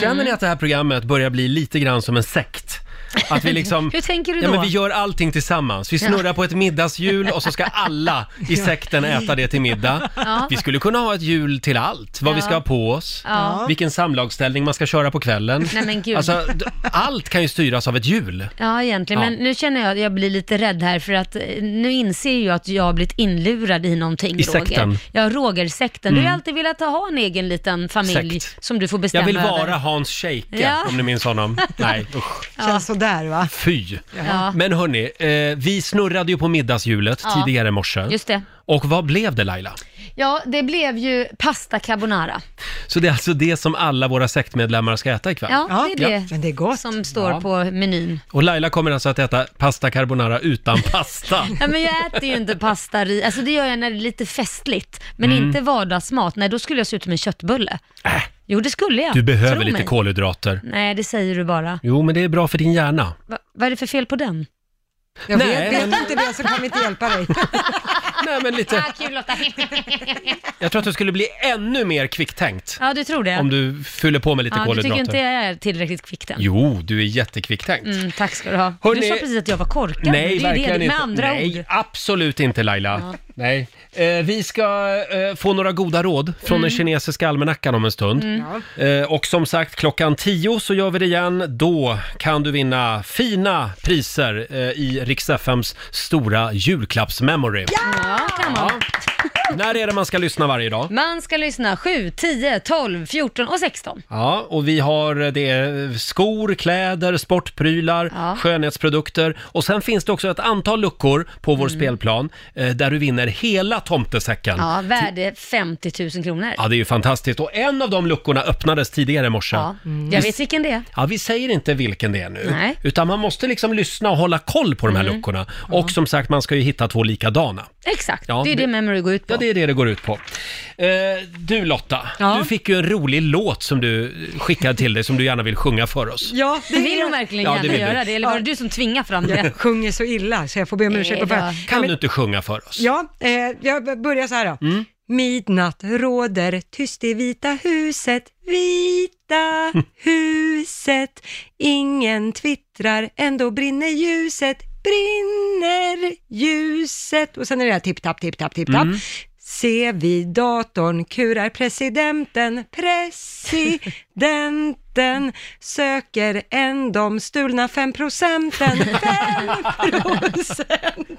A: Känner ni att det här programmet börjar bli lite grann som en sekt? Att vi liksom...
C: Hur tänker du
A: Ja,
C: då?
A: men vi gör allting tillsammans. Vi
C: Ja.
A: snurrar på ett middagshjul och så ska alla i sekten äta det till middag.
C: Ja.
A: Vi skulle kunna ha ett hjul till allt. Vad vi
C: Ja.
A: ska ha på oss,
C: Ja.
A: vilken samlagsställning man ska köra på kvällen.
C: Nej, men gud.
A: Alltså, d- allt kan ju styras av ett hjul.
C: Ja, egentligen.
A: Ja.
C: Men nu känner jag att jag blir lite rädd här för att eh, nu inser ju jag att jag har blivit inlurad i någonting,
A: I
C: Roger.
A: sekten.
C: Ja, Roger-sekten. Du har ju
A: Mm.
C: alltid velat ha en egen liten familj
A: Sekt.
C: som du får
A: Jag
C: bestämma
A: vill
C: över.
A: vara Hans Scheike,
C: Ja.
A: om ni minns honom. Nej, usch.
B: Känns sådär va?
A: Fy!
C: Ja.
A: Men hörni, eh, vi snurrade ju på middagshjulet
C: Ja.
A: tidigare i morse.
C: Just det.
A: Och vad blev det Laila?
C: Ja, det blev ju pasta carbonara.
A: Så det är alltså det som alla våra sektmedlemmar ska äta ikväll?
C: Ja, det är det,
A: Ja.
C: som står
A: Ja.
C: på menyn.
A: Och Laila kommer alltså att äta pasta carbonara utan pasta.
C: Ja, men jag äter ju inte pasta, ri- alltså det gör jag när det är lite festligt, men
A: Mm. Äh.
C: inte vardagsmat. Nej, då skulle jag se ut med en köttbulle. Jo, det skulle jag.
A: Du behöver
C: Tro
A: lite
C: mig.
A: kolhydrater.
C: Nej, det säger du bara.
A: Jo, men det är bra för din hjärna.
C: Va, vad är det för fel på den?
B: Jag
A: Nej,
B: vet, vet
A: men-
B: inte det så kan vi inte hjälpa dig.
A: Nej, men lite...
C: Ah, kul Lotta.
A: Jag tror att du skulle bli ännu mer kvicktänkt
C: ja, du tror det.
A: om du fyller på med lite
C: ja, du
A: kolhydrater.
C: tycker inte jag är tillräckligt kvickt än.
A: Jo, du är jättekvicktänkt.
C: Mm, tack ska du ha.
A: Hörrni-
C: Du sa precis att jag var korkad.
A: Nej,
C: det är ju
A: verkligen
C: det, med
A: inte.
C: andra
A: Nej,
C: ord.
A: absolut inte Laila. Nej. Eh, vi ska eh, få några goda råd från
C: Mm.
A: den kinesiska almanackan om en stund.
C: Mm.
A: Eh, och som sagt, klockan tio så gör vi det igen. Då kan du vinna fina priser eh, i Rix FMs stora julklappsmemory.
C: Ja, kan man.
A: När är det man ska lyssna varje dag?
C: Man ska lyssna 7, 10, 12, 14 och 16.
A: Ja, och vi har eh, det är skor, kläder, sportprylar, skönhetsprodukter och sen finns det också ett antal luckor på vår spelplan eh, där du vinner hela tomtesäcken.
C: Mm. Ja, värde 50 000 kronor.
A: Ja, det är ju fantastiskt. Och en av de luckorna öppnades tidigare i morse.
C: Ja. Jag vet vilken det är.
A: Ja, vi säger inte vilken det är nu,
C: Nej.
A: utan man måste liksom lyssna och hålla koll på de här
C: Mm.
A: luckorna. Och som sagt, man ska ju hitta två likadana.
C: Exakt,
A: Ja,
C: det är
A: det-
C: det Memory går ut på.
A: Ja, det är det det går ut på. Eh, du Lotta, du fick ju en rolig låt som du skickade till dig, som du gärna vill sjunga för oss.
B: Ja,
C: det vill hon verkligen
A: Ja, det
C: gärna
A: vill du.
C: göra det, eller var det du som tvingade fram det?
B: Jag sjunger så illa så jag får be om ursäkt. på
C: Nej då.
B: förhand.
A: Kan
B: Men-
A: du inte sjunga för oss?
B: Ja, eh, jag börjar så här då. Midnatt råder tyst i Vita huset, Vita huset. Ingen twittrar, ändå brinner ljuset, brinner ljuset. Och sen är det här tipp, tapp, tipp, tapp, tipp, tapp.
M: Mm.
B: Se vid datorn kurar presidenten, presidenten söker än de stulna fem procenten, fem procenten.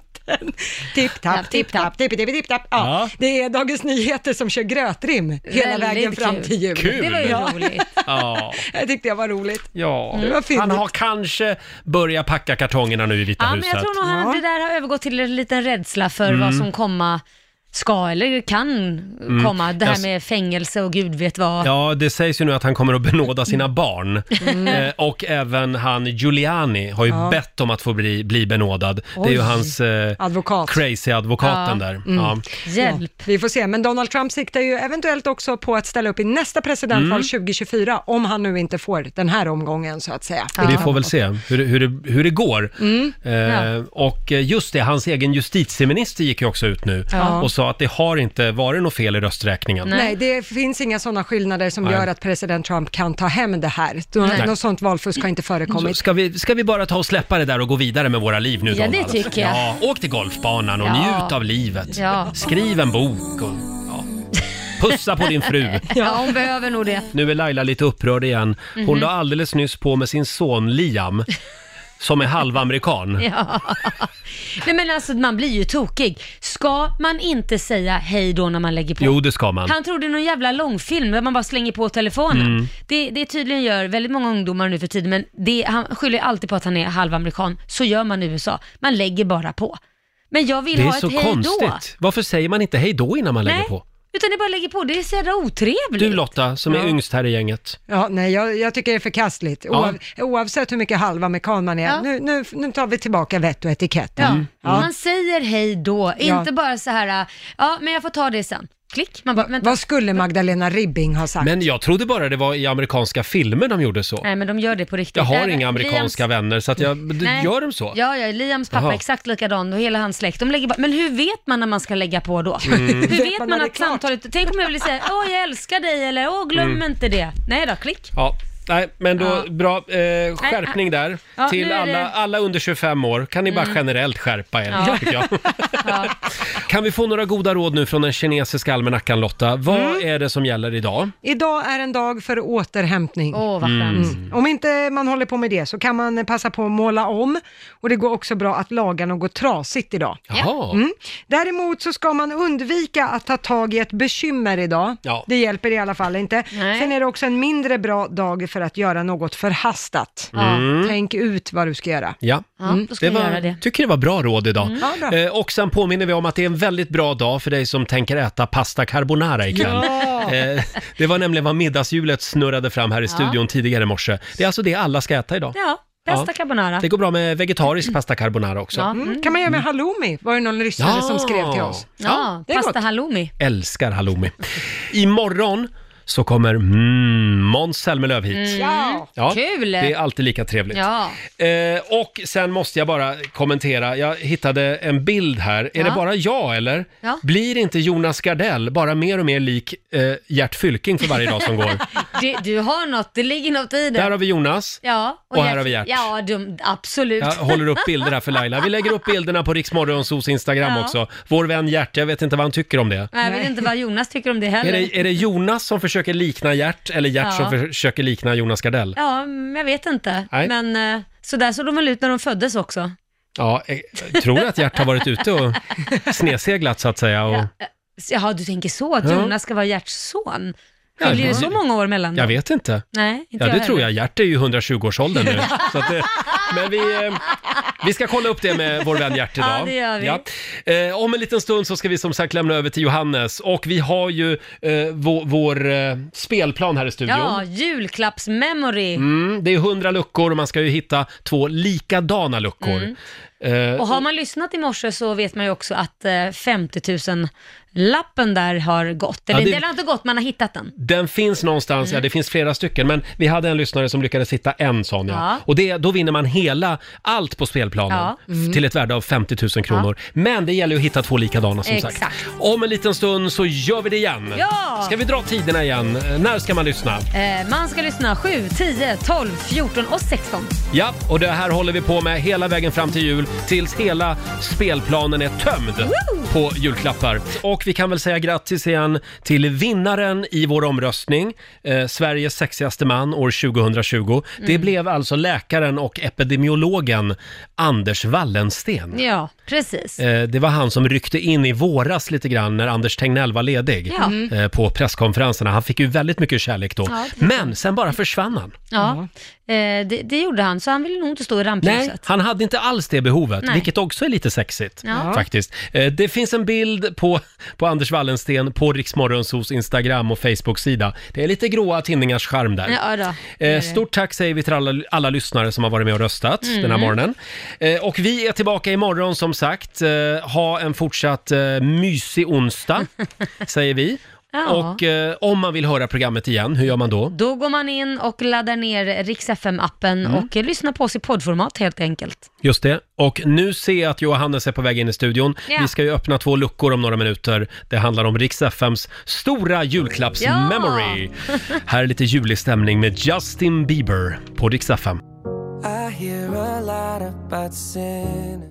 B: Tipp-tapp, tipp-tapp, tipp-tipp, tipp-tapp. Ja, det är Dagens Nyheter som kör grötrim hela
C: Väldigt
B: vägen fram
C: kul.
B: till jul.
A: Kul. Det var ju
B: Ja.
C: roligt.
A: Ja.
B: Jag tyckte det var roligt.
A: Ja,
B: Mm. Det var fint.
A: han har kanske börjat packa kartongerna nu i Vita
C: Ja, men
A: huset.
C: jag tror nog han, det där har övergått till en liten rädsla för
A: Mm.
C: vad som komma ska eller kan
A: Mm.
C: komma. Det här
A: Jag-
C: med fängelse och gud vet vad.
A: Ja, det sägs ju nu att han kommer att benåda sina barn.
C: Mm.
A: Eh, och även han Giuliani har ju
B: Ja.
A: bett om att få bli, bli benådad. Det är ju
B: Oj.
A: hans eh,
B: Advokat.
A: crazy-advokaten där.
B: Mm.
A: Ja.
C: Hjälp.
B: Ja, vi får se, men Donald Trump siktar ju eventuellt också på att ställa upp i nästa presidentval
A: Mm.
B: 2024, om han nu inte får den här omgången så att säga.
A: Vi får väl se hur, det- hur, det- hur det går.
B: Mm.
A: Eh,
B: Ja.
A: Och eh, just det, hans egen justitieminister gick ju också ut nu
B: Ja.
A: och sa att det har inte varit något fel i rösträkningen.
B: Nej. det finns inga sådana skillnader som
A: Nej.
B: gör att president Trump kan ta hem det här. Då-
A: Nej.
B: Något sånt valfusk har inte
A: Så
B: förekommit.
A: ska, vi, ska vi bara ta och släppa det där och gå vidare med våra liv nu
B: Ja, det
A: Donald?
B: tycker jag.
A: Ja, åk till golfbanan och
C: Ja.
A: njut av livet.
C: Ja.
A: Skriv en bok och ja. pussa på din fru.
C: Ja, hon behöver nog det.
A: Nu är Laila lite upprörd igen. Hon
C: Mhm.
A: la alldeles nyss på med sin son Liam, som är halvamerikan.
C: Ja. Nej men alltså man blir ju tokig. Ska man inte säga hej då när man lägger på?
A: Jo, det ska man.
C: Han trodde någon jävla långfilm där man bara slänger på telefonen.
A: Mm.
C: Det, det tydligen gör väldigt många ungdomar nu för tiden men det, han skyller alltid på att han är halvamerikan. Så gör man i USA. Man lägger bara på. Men jag vill
A: det är
C: ha
A: så
C: ett hej då.
A: konstigt. Varför säger man inte hej då innan man
C: Nej.
A: lägger på?
C: Utan det bara lägger på. Det är så jävla otrevligt.
A: Du Lotta, som är
C: Ja.
A: yngst här i gänget.
B: Ja, nej, jag, jag tycker det är förkastligt,
A: Ja.
B: Oav, oavsett hur mycket halvamerikan man är.
C: Ja.
B: Nu, nu, nu tar vi tillbaka vett och etikett.
C: Ja.
A: Mm.
C: Man säger hej då,
B: Ja.
C: inte bara så här, äh, ja men jag får ta det sen. Klick, man bara, vänta.
B: Vad skulle Magdalena Ribbing ha sagt?
A: Men jag trodde bara det var i amerikanska filmer de gjorde så.
C: Nej men de gör det på riktigt.
A: Jag har
C: Nej,
A: inga amerikanska
C: Liams-
A: vänner så att jag, d-
C: Nej.
A: gör de så?
C: Ja, ja, Liams pappa
A: Jaha.
C: är exakt likadan och hela hans släkt. De lägger bara, men hur vet man när man ska lägga på då?
A: Mm.
C: Hur
A: Vet
C: vet man,
B: när det är
C: att samtalet, tänk om jag vill säga, åh jag älskar dig eller åh glöm
A: Mm.
C: inte det. Nej då, klick.
A: Ja. Nej, men då,
C: Ja.
A: bra eh,
B: ah,
A: skärpning där.
C: Ja,
A: Till
C: nu är
A: alla,
C: det-
A: alla under 25 år kan ni bara
C: Mm.
A: generellt skärpa er,
C: Ja.
A: tycker jag. Kan vi få några goda råd nu från den kinesiska almanackan Lotta? Vad
B: Mm.
A: är det som gäller idag?
B: Idag är en dag för återhämtning.
C: Åh,
A: vad skönt. Mm.
B: Om inte man håller på med det så kan man passa på att måla om och det går också bra att laga något trasigt idag.
A: Jaha.
B: Mm. Däremot så ska man undvika att ta tag i ett bekymmer idag.
A: Ja.
B: Det hjälper i alla fall inte. Sen är det också en mindre bra dag för att göra något förhastat.
A: Mm.
B: Tänk ut vad du ska göra.
A: Ja,
B: Ja, då ska vi
A: var,
B: göra det.
A: tycker det var bra råd idag.
B: Mm. Ja, bra.
A: Eh, och sen påminner vi om att det är en väldigt bra dag för dig som tänker äta pasta carbonara ikväll.
B: Ja.
A: Eh, det var nämligen vad middagshjulet snurrade fram här i
C: Ja.
A: studion tidigare i morse. Det är alltså det alla ska äta idag.
C: Ja, bästa
A: Ja.
C: carbonara.
A: Det går bra med vegetarisk pasta carbonara också.
C: Ja.
B: Mm. Kan man göra med halloumi? Var det någon lyssnare
A: Ja.
B: som skrev till oss?
C: Ja,
B: det är
C: pasta
B: gott.
C: halloumi.
A: Älskar halloumi. Imorgon så kommer mm, Måns Zelmerlöw hit.
C: Mm. Ja. Kul!
A: Det är alltid lika trevligt.
C: Ja.
A: Eh, och sen måste jag bara kommentera, jag hittade en bild här. Är
C: Ja.
A: det bara jag eller?
C: Ja.
A: Blir inte Jonas Gardell bara mer och mer lik eh, Gert Fylking för varje dag som går?
C: Det, du har något, det ligger något i det.
A: Där har vi Jonas.
C: Ja,
A: och här har vi Gert.
C: Ja, de, absolut.
A: Jag håller upp bilder här för Laila. Vi lägger upp bilderna på Riksmorgonsos Instagram
C: Ja.
A: också. Vår vän Gert, jag vet inte vad han tycker om det.
C: Nej, Jag vet inte vad Jonas tycker om det heller.
A: Är det, är det Jonas som försöker likna Gert eller Gert
C: Ja.
A: som försöker likna Jonas Gardell?
C: Ja, men jag vet inte.
A: Nej.
C: Men eh, så där såg de väl ut när de föddes också.
A: Ja, jag jag tror att Gert har varit ute och sneseglat så att säga. Och...
C: Så, Jaha, du tänker så, att
A: Ja.
C: Jonas ska vara Gerts son?
A: Ja,
C: Skiljer det
A: det-
C: så många år mellan dem?
A: Jag vet inte.
C: Nej, inte
A: ja, det
C: jag
A: tror jag.
C: heller.
A: Gert är ju 120-årsåldern nu. Så att det, men vi, eh, vi ska kolla upp det med vår vän Gert idag.
C: Ja, det gör vi.
A: Eh, om en liten stund så ska vi som sagt lämna över till Johannes. Och vi har ju eh, vår, vår eh, spelplan här i studion.
C: Ja, julklappsmemory.
A: Mm, det är 100 luckor och man ska ju hitta två likadana
C: Mm.
A: luckor. Eh,
C: Och har man lyssnat i morse så vet man ju också att eh, 50 000-lappen där har gått. Eller
A: Ja, det-
C: den har inte gått, man har hittat den.
A: Den finns någonstans,
C: Mm.
A: ja det finns flera stycken, men vi hade en lyssnare som lyckades hitta en sån ja.
C: Ja.
A: Och det, då vinner man hela, allt på spelplanen
C: Ja.
A: f-
C: Mm.
A: till ett värde av 50 000 kronor. Men det gäller ju att hitta två likadana som sagt.
C: Exakt.
A: Om en liten stund så gör vi det igen.
C: Ja!
A: Ska vi dra tiderna igen? Eh, När ska man lyssna?
C: Eh, man ska lyssna 7, 10, 12, 14 och 16.
A: Ja, och det här håller vi på med hela vägen fram till jul tills hela spelplanen är tömd på julklappar. Och vi kan väl säga grattis igen till vinnaren i vår
C: Mm.
A: omröstning, eh, Sveriges sexigaste man år 2020. Det blev alltså läkaren och epidemiolog epidemiologen Anders Wallensten.
C: Ja, precis.
A: Eh, Det var han som ryckte in i våras lite grann när Anders Tegnell var ledig
C: Ja.
A: eh, på presskonferenserna. Han fick ju väldigt mycket kärlek då.
C: Ja, det-
A: Men sen bara försvann han.
C: Ja, eh, det, det gjorde han, så han ville nog inte stå i
A: Nej,
C: rampljuset.
A: han hade inte alls det behovet,
C: Nej.
A: vilket också är lite sexigt
C: Ja.
A: faktiskt. Eh, Det finns en bild på, på Anders Wallensten på Riksmorgonsos Instagram och Facebook-sida. Det är lite gråa tinningars charm där.
C: Ja, då. Det är
A: Eh,
C: det.
A: stort tack säger vi till alla, alla lyssnare som har varit med och röstat
C: Mm.
A: den här morgonen. Eh, och vi är tillbaka imorgon som sagt. Eh, ha en fortsatt eh, mysig onsdag, säger vi.
C: Ja.
A: Och eh, om man vill höra programmet igen, hur gör man då?
C: Då går man in och laddar ner Rix FM-appen
A: Mm.
C: och eh, lyssnar på oss i poddformat helt enkelt.
A: Just det. Och nu ser jag att Johannes är på väg in i studion.
C: Ja.
A: Vi ska ju öppna två luckor om några minuter. Det handlar om Rix FMs stora
C: Ja!
A: julklappsmemory. Här är lite julig stämning med Justin Bieber på Rix FM.
M: I hear a lot about sin.